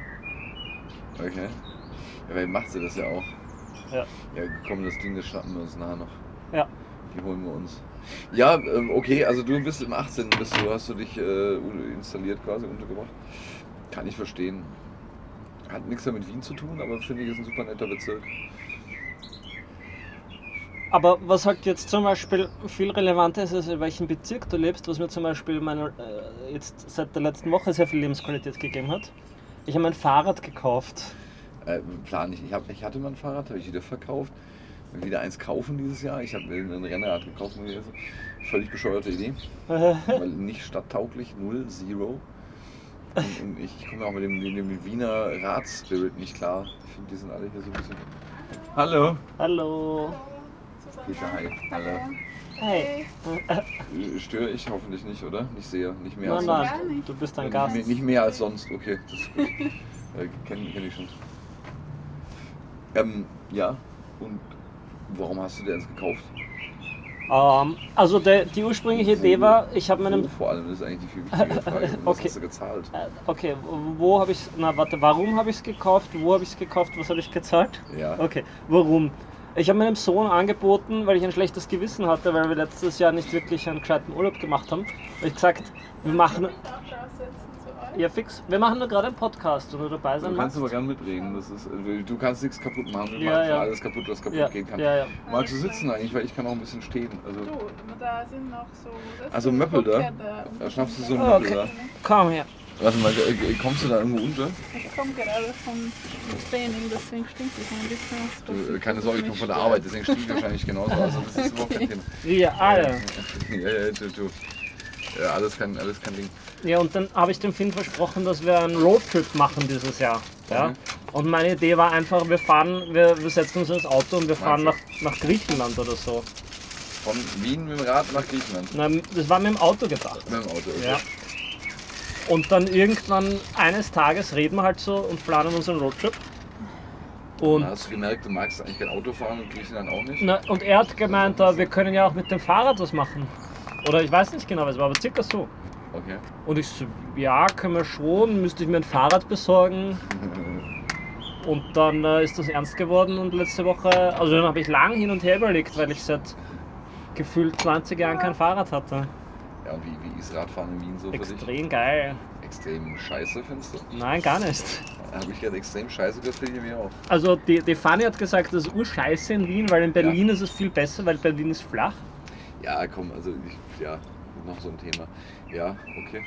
[SPEAKER 1] Okay. Ja, weil macht sie das ja auch.
[SPEAKER 2] Ja.
[SPEAKER 1] Ja, komm, das Ding, das schnappen wir uns nachher noch.
[SPEAKER 2] Ja.
[SPEAKER 1] Die holen wir uns. Ja, ähm, okay, also du bist im 18. Bist du, hast du dich äh, un- installiert quasi, untergebracht. Kann ich verstehen. Hat nichts mehr mit Wien zu tun, aber finde ich ist ein super netter Bezirk.
[SPEAKER 2] Aber was halt jetzt zum Beispiel viel relevanter ist, ist, in welchem Bezirk du lebst, was mir zum Beispiel meine, äh, jetzt seit der letzten Woche sehr viel Lebensqualität gegeben hat. Ich habe mein Fahrrad gekauft.
[SPEAKER 1] Äh, plan ich. Ich, hab, ich hatte mal ein Fahrrad, habe ich wieder verkauft. Will wieder eins kaufen dieses Jahr. Ich habe mir ein Rennrad gekauft. muss ich sagen. Völlig bescheuerte Idee. weil nicht stadttauglich, null, zero. Und, und ich, ich komme auch mit dem, mit dem Wiener Radspirit nicht klar. Ich finde, die sind alle hier so ein bisschen. Hallo!
[SPEAKER 2] Hallo.
[SPEAKER 1] Peter, hi. Hallo.
[SPEAKER 2] Hey.
[SPEAKER 1] Störe ich hoffentlich nicht, oder? Nicht sehr, nicht mehr
[SPEAKER 2] nein,
[SPEAKER 1] als
[SPEAKER 3] Gar
[SPEAKER 2] nein,
[SPEAKER 3] nicht.
[SPEAKER 2] du bist ein
[SPEAKER 1] sonst.
[SPEAKER 2] Gast.
[SPEAKER 1] Äh, Nicht, nicht mehr als sonst, okay. Das ist gut. äh, kenn, kenn ich schon. Ähm, ja. Und warum hast du dir eins gekauft?
[SPEAKER 2] Ähm, also, der, die ursprüngliche Idee war, ich habe
[SPEAKER 1] Wo
[SPEAKER 2] meinem
[SPEAKER 1] vor allem das ist eigentlich die viel wichtigere Frage. Und was
[SPEAKER 2] Okay.
[SPEAKER 1] hast du gezahlt?
[SPEAKER 2] Äh, Okay, wo habe ich Na, warte, warum habe ich es gekauft? Wo habe ich es gekauft? Was habe ich gezahlt?
[SPEAKER 1] Ja.
[SPEAKER 2] Okay, also warum? Ich habe meinem Sohn angeboten, weil ich ein schlechtes Gewissen hatte, weil wir letztes Jahr nicht wirklich einen gescheiten Urlaub gemacht haben. Habe ich gesagt, wir machen. Ja, fix. Wir machen nur gerade einen Podcast, wenn du dabei sein
[SPEAKER 1] Du kannst
[SPEAKER 2] magst.
[SPEAKER 1] aber gerne mitreden. Das ist, äh, du kannst nichts kaputt machen. Du
[SPEAKER 2] Ja,
[SPEAKER 1] machst
[SPEAKER 2] ja.
[SPEAKER 1] alles kaputt, was kaputt
[SPEAKER 2] Ja,
[SPEAKER 1] gehen kann.
[SPEAKER 2] ja, ja.
[SPEAKER 1] Magst du sitzen eigentlich? Weil ich kann auch ein bisschen stehen. Also,
[SPEAKER 3] Du, da sind noch so. das
[SPEAKER 1] Also
[SPEAKER 3] sind äh,
[SPEAKER 1] Möppel da?
[SPEAKER 3] Rockerde.
[SPEAKER 1] Da schnappst du so einen
[SPEAKER 2] Ah, Okay.
[SPEAKER 1] Möppel, oder?
[SPEAKER 2] Komm her.
[SPEAKER 1] Warte mal, äh, kommst du da irgendwo unter?
[SPEAKER 3] Ich komme gerade vom Training, deswegen stinkt es ein bisschen. Das
[SPEAKER 1] Du, äh,
[SPEAKER 3] passiert,
[SPEAKER 1] keine
[SPEAKER 3] dass
[SPEAKER 1] Sorge, ich
[SPEAKER 3] mich
[SPEAKER 1] komme von der
[SPEAKER 3] stört.
[SPEAKER 1] Arbeit, deswegen stehe ich wahrscheinlich genauso. Also das ist überhaupt kein
[SPEAKER 3] Okay.
[SPEAKER 1] Thema.
[SPEAKER 2] Wir alle.
[SPEAKER 1] Ja, ja, du, du. Ja, alles kein, alles kein Ding.
[SPEAKER 2] Ja, und dann habe ich dem Finn versprochen, dass wir einen Roadtrip machen dieses Jahr. Ja?
[SPEAKER 1] Mhm.
[SPEAKER 2] Und meine Idee war einfach, wir fahren, wir, wir setzen uns ins Auto und wir fahren nach,
[SPEAKER 1] Wahnsinn.
[SPEAKER 2] nach Griechenland oder so.
[SPEAKER 1] Von Wien mit dem Rad nach Griechenland.
[SPEAKER 2] Na, das war mit dem Auto gedacht.
[SPEAKER 1] Mit dem Auto. Okay.
[SPEAKER 2] Ja. Und dann irgendwann eines Tages reden wir halt so und planen unseren Roadtrip. Und,
[SPEAKER 1] Na, hast du gemerkt, du magst eigentlich kein Auto fahren und Griechenland auch nicht?
[SPEAKER 2] na, und er hat gemeint, äh, wir können ja auch mit dem Fahrrad was machen. Oder ich weiß nicht genau, was war, aber circa so.
[SPEAKER 1] Okay.
[SPEAKER 2] Und ich so, ja, können wir schon, müsste ich mir ein Fahrrad besorgen. Und dann äh, ist das ernst geworden und letzte Woche, also dann habe ich lang hin und her überlegt, weil ich seit gefühlt 20 Jahren kein Fahrrad hatte.
[SPEAKER 1] Ja, und wie, wie ist Radfahren in Wien so für dich?
[SPEAKER 2] Extrem geil.
[SPEAKER 1] Extrem scheiße, findest du?
[SPEAKER 2] Nein, gar nicht.
[SPEAKER 1] Habe ich gerade extrem scheiße gehört, finde ich nämlich auch.
[SPEAKER 2] Also die, die Fanny hat gesagt, das ist urscheiße in Wien, weil in Berlin ist es viel besser, weil Berlin ist flach.
[SPEAKER 1] Ja, komm, also ich, ja, noch so ein Thema. Ja, okay.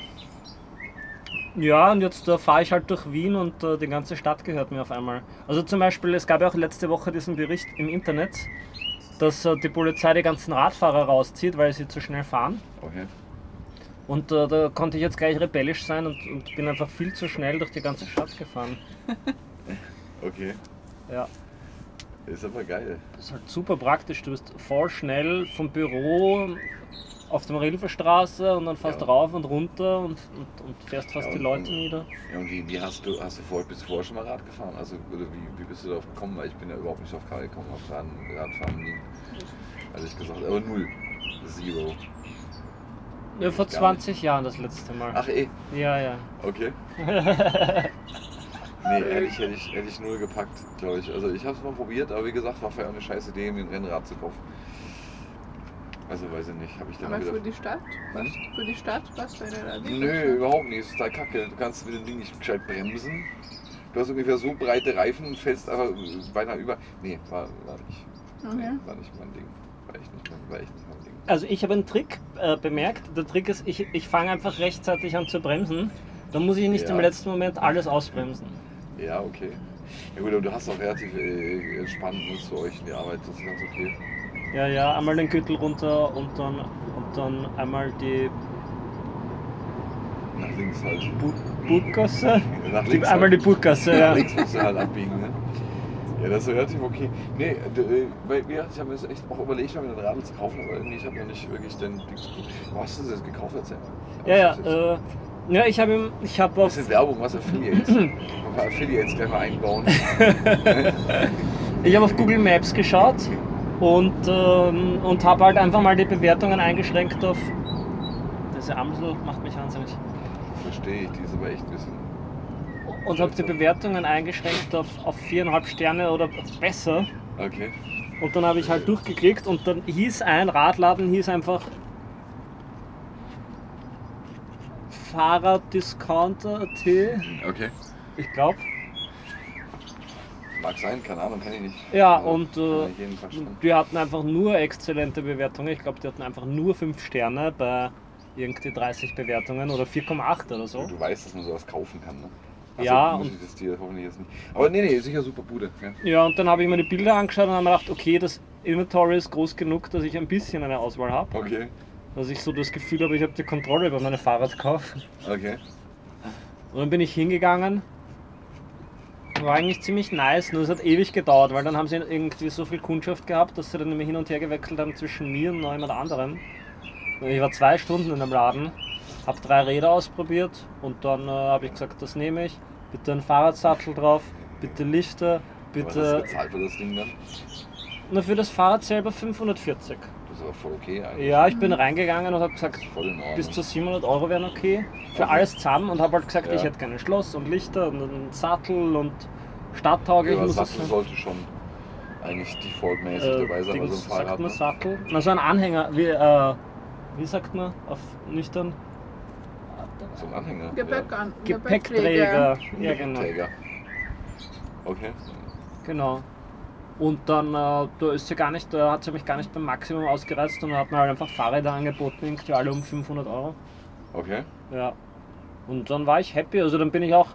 [SPEAKER 2] Ja, und jetzt äh, fahre ich halt durch Wien und äh, die ganze Stadt gehört mir auf einmal. Also zum Beispiel, es gab ja auch letzte Woche diesen Bericht im Internet, dass äh, die Polizei die ganzen Radfahrer rauszieht, weil sie zu schnell fahren.
[SPEAKER 1] Okay.
[SPEAKER 2] Und äh, da konnte ich jetzt gleich rebellisch sein und, und bin einfach viel zu schnell durch die ganze Stadt gefahren.
[SPEAKER 1] Okay.
[SPEAKER 2] Ja,
[SPEAKER 1] Ist aber geil.
[SPEAKER 2] das ist halt super praktisch. Du bist voll schnell vom Büro auf der Marilferstraße und dann fährst
[SPEAKER 1] Ja.
[SPEAKER 2] rauf und runter und, und, und fährst fast
[SPEAKER 1] Ja,
[SPEAKER 2] die
[SPEAKER 1] und-
[SPEAKER 2] Leute
[SPEAKER 1] und-
[SPEAKER 2] nieder.
[SPEAKER 1] Ja, und wie, wie hast du, hast du vorher, bist du vorher schon mal Rad gefahren? Also, oder wie, wie bist du darauf gekommen? Weil ich bin ja überhaupt nicht auf Karl gekommen, auf Rad, Radfahren nie. Also ich gesagt, aber null. Zero.
[SPEAKER 2] Ja, vor
[SPEAKER 1] Gar nicht.
[SPEAKER 2] 20 Jahren das letzte Mal.
[SPEAKER 1] Ach eh,
[SPEAKER 2] Ja, ja.
[SPEAKER 1] okay. Nee, hätte ich, hätte ich, hätte ich null gepackt, glaube ich. Also ich habe es mal probiert, aber wie gesagt, war vielleicht auch eine scheiß Idee, mir ein Rennrad zu kaufen. Also weiß ich nicht, habe ich dann
[SPEAKER 3] Aber
[SPEAKER 1] mal
[SPEAKER 3] für
[SPEAKER 1] gedacht.
[SPEAKER 3] die Stadt?
[SPEAKER 1] Was?
[SPEAKER 3] Für die Stadt passt deine Radl?
[SPEAKER 1] Hm? Nö, überhaupt nicht. Ist total kacke. Du kannst mit dem Ding nicht gescheit bremsen. Du hast ungefähr so breite Reifen und fällst einfach beinahe über. Nee, war, war nicht.
[SPEAKER 3] Okay.
[SPEAKER 1] Nee, war nicht mein Ding. War echt nicht mein, war echt nicht mein Ding.
[SPEAKER 2] Also ich habe einen Trick äh, bemerkt. Der Trick ist, ich, ich fange einfach rechtzeitig an zu bremsen. Dann muss ich nicht
[SPEAKER 1] Ja.
[SPEAKER 2] im letzten Moment alles ausbremsen.
[SPEAKER 1] Ja, okay. Ja gut, aber du hast auch relativ äh, entspannt ne, zu euch in die Arbeit. Das ist ganz okay.
[SPEAKER 2] Ja, ja, einmal den Gürtel runter und dann, und dann einmal die
[SPEAKER 1] Nach links halt.
[SPEAKER 2] Bu Burggasse.
[SPEAKER 1] Nach
[SPEAKER 2] Die,
[SPEAKER 1] links
[SPEAKER 2] einmal die
[SPEAKER 1] halt.
[SPEAKER 2] Burggasse,
[SPEAKER 1] Nach
[SPEAKER 2] ja.
[SPEAKER 1] links musst du halt abbiegen, ne? Ja, das ist relativ okay. Nee, d- äh, weil wir- ich habe mir das echt auch überlegt, mir einen Radl zu kaufen, aber irgendwie, ich habe noch nicht wirklich den Dings geguckt. Wo hast du das gekauft? Erzähl mal.
[SPEAKER 2] Ja,
[SPEAKER 1] Ich hab's jetzt-
[SPEAKER 2] ja. Äh, ja, ich habe ihm, ich habe auf,
[SPEAKER 1] Bisschen Werbung, was Affiliates.
[SPEAKER 2] Hm.
[SPEAKER 1] Ein paar Affiliates gleich mal einbauen.
[SPEAKER 2] ich habe auf Google Maps geschaut und, ähm, und habe halt einfach mal die Bewertungen eingeschränkt auf. Diese Amsel macht mich wahnsinnig.
[SPEAKER 1] Verstehe ich, die ist aber echt ein bisschen.
[SPEAKER 2] Und habe die Bewertungen eingeschränkt auf, auf viereinhalb Sterne oder besser.
[SPEAKER 1] Okay.
[SPEAKER 2] Und dann habe ich halt durchgeklickt und dann hieß ein Radladen, hieß einfach Fahrraddiscounter.at,
[SPEAKER 1] Okay.
[SPEAKER 2] ich glaube.
[SPEAKER 1] Mag sein, keine Ahnung, kenne ich nicht.
[SPEAKER 2] Ja,
[SPEAKER 1] Aber
[SPEAKER 2] und,
[SPEAKER 1] kann
[SPEAKER 2] äh,
[SPEAKER 1] ich jedenfalls schon.
[SPEAKER 2] Die hatten einfach nur exzellente Bewertungen. Ich glaube, die hatten einfach nur 5 Sterne bei irgendwie 30 Bewertungen oder 4,8 oder so.
[SPEAKER 1] Du weißt, dass man sowas kaufen kann, ne?
[SPEAKER 2] hm. Ja,
[SPEAKER 1] Muss
[SPEAKER 2] und-
[SPEAKER 1] ich das dir hoffentlich jetzt nicht. Aber nee, nee, sicher super Bude. Ja.
[SPEAKER 2] Ja, und dann habe ich mir die Bilder angeschaut und habe mir gedacht, okay, das Inventory ist groß genug, dass ich ein bisschen eine Auswahl habe.
[SPEAKER 1] Okay.
[SPEAKER 2] Dass ich so das Gefühl habe, ich habe die Kontrolle über meine Fahrradkauf.
[SPEAKER 1] Okay.
[SPEAKER 2] Und dann bin ich hingegangen. War eigentlich ziemlich nice, nur es hat ewig gedauert, weil dann haben sie irgendwie so viel Kundschaft gehabt, dass sie dann immer hin und her gewechselt haben zwischen mir und noch jemand anderem. Und Ich war zwei Stunden in dem Laden, habe drei Räder ausprobiert und dann äh, habe ich gesagt, das nehme ich. Bitte einen Fahrradsattel drauf, bitte
[SPEAKER 1] Was
[SPEAKER 2] Lichter,
[SPEAKER 1] hast du
[SPEAKER 2] bitte.
[SPEAKER 1] bezahlt für das Ding dann?
[SPEAKER 2] Nur für das Fahrrad selber 540.
[SPEAKER 1] Das ist aber voll okay eigentlich.
[SPEAKER 2] Ja, ich bin reingegangen und habe gesagt,
[SPEAKER 1] Voll in Ordnung.
[SPEAKER 2] bis zu 700 Euro wären okay. Für
[SPEAKER 1] Okay.
[SPEAKER 2] alles zusammen und habe halt gesagt,
[SPEAKER 1] Ja.
[SPEAKER 2] ich hätte gerne Schloss und Lichter und einen Sattel und Stadttauge.
[SPEAKER 1] ja,
[SPEAKER 2] ich muss
[SPEAKER 1] das
[SPEAKER 2] das-
[SPEAKER 1] sollte schon eigentlich defaultmäßig
[SPEAKER 2] äh,
[SPEAKER 1] dabei sein, weil so
[SPEAKER 2] Dings,
[SPEAKER 1] ein
[SPEAKER 2] sagt
[SPEAKER 1] Fahrrad.
[SPEAKER 2] man
[SPEAKER 1] Ne?
[SPEAKER 2] Sattel? Na, so ein Anhänger, wie, äh, wie sagt man auf nüchtern?
[SPEAKER 1] So ein Anhänger.
[SPEAKER 3] Gepäck
[SPEAKER 1] ja.
[SPEAKER 3] an.
[SPEAKER 2] Gepäckträger.
[SPEAKER 1] Ein
[SPEAKER 2] Ja, genau.
[SPEAKER 1] Gepäckträger. Okay.
[SPEAKER 2] genau. Und dann äh, da ist sie gar nicht, da hat sie mich gar nicht beim Maximum ausgereizt und hat mir halt einfach Fahrräder angeboten, irgendwie alle um 500 Euro.
[SPEAKER 1] Okay.
[SPEAKER 2] Ja. Und dann war ich happy. Also dann bin ich auch,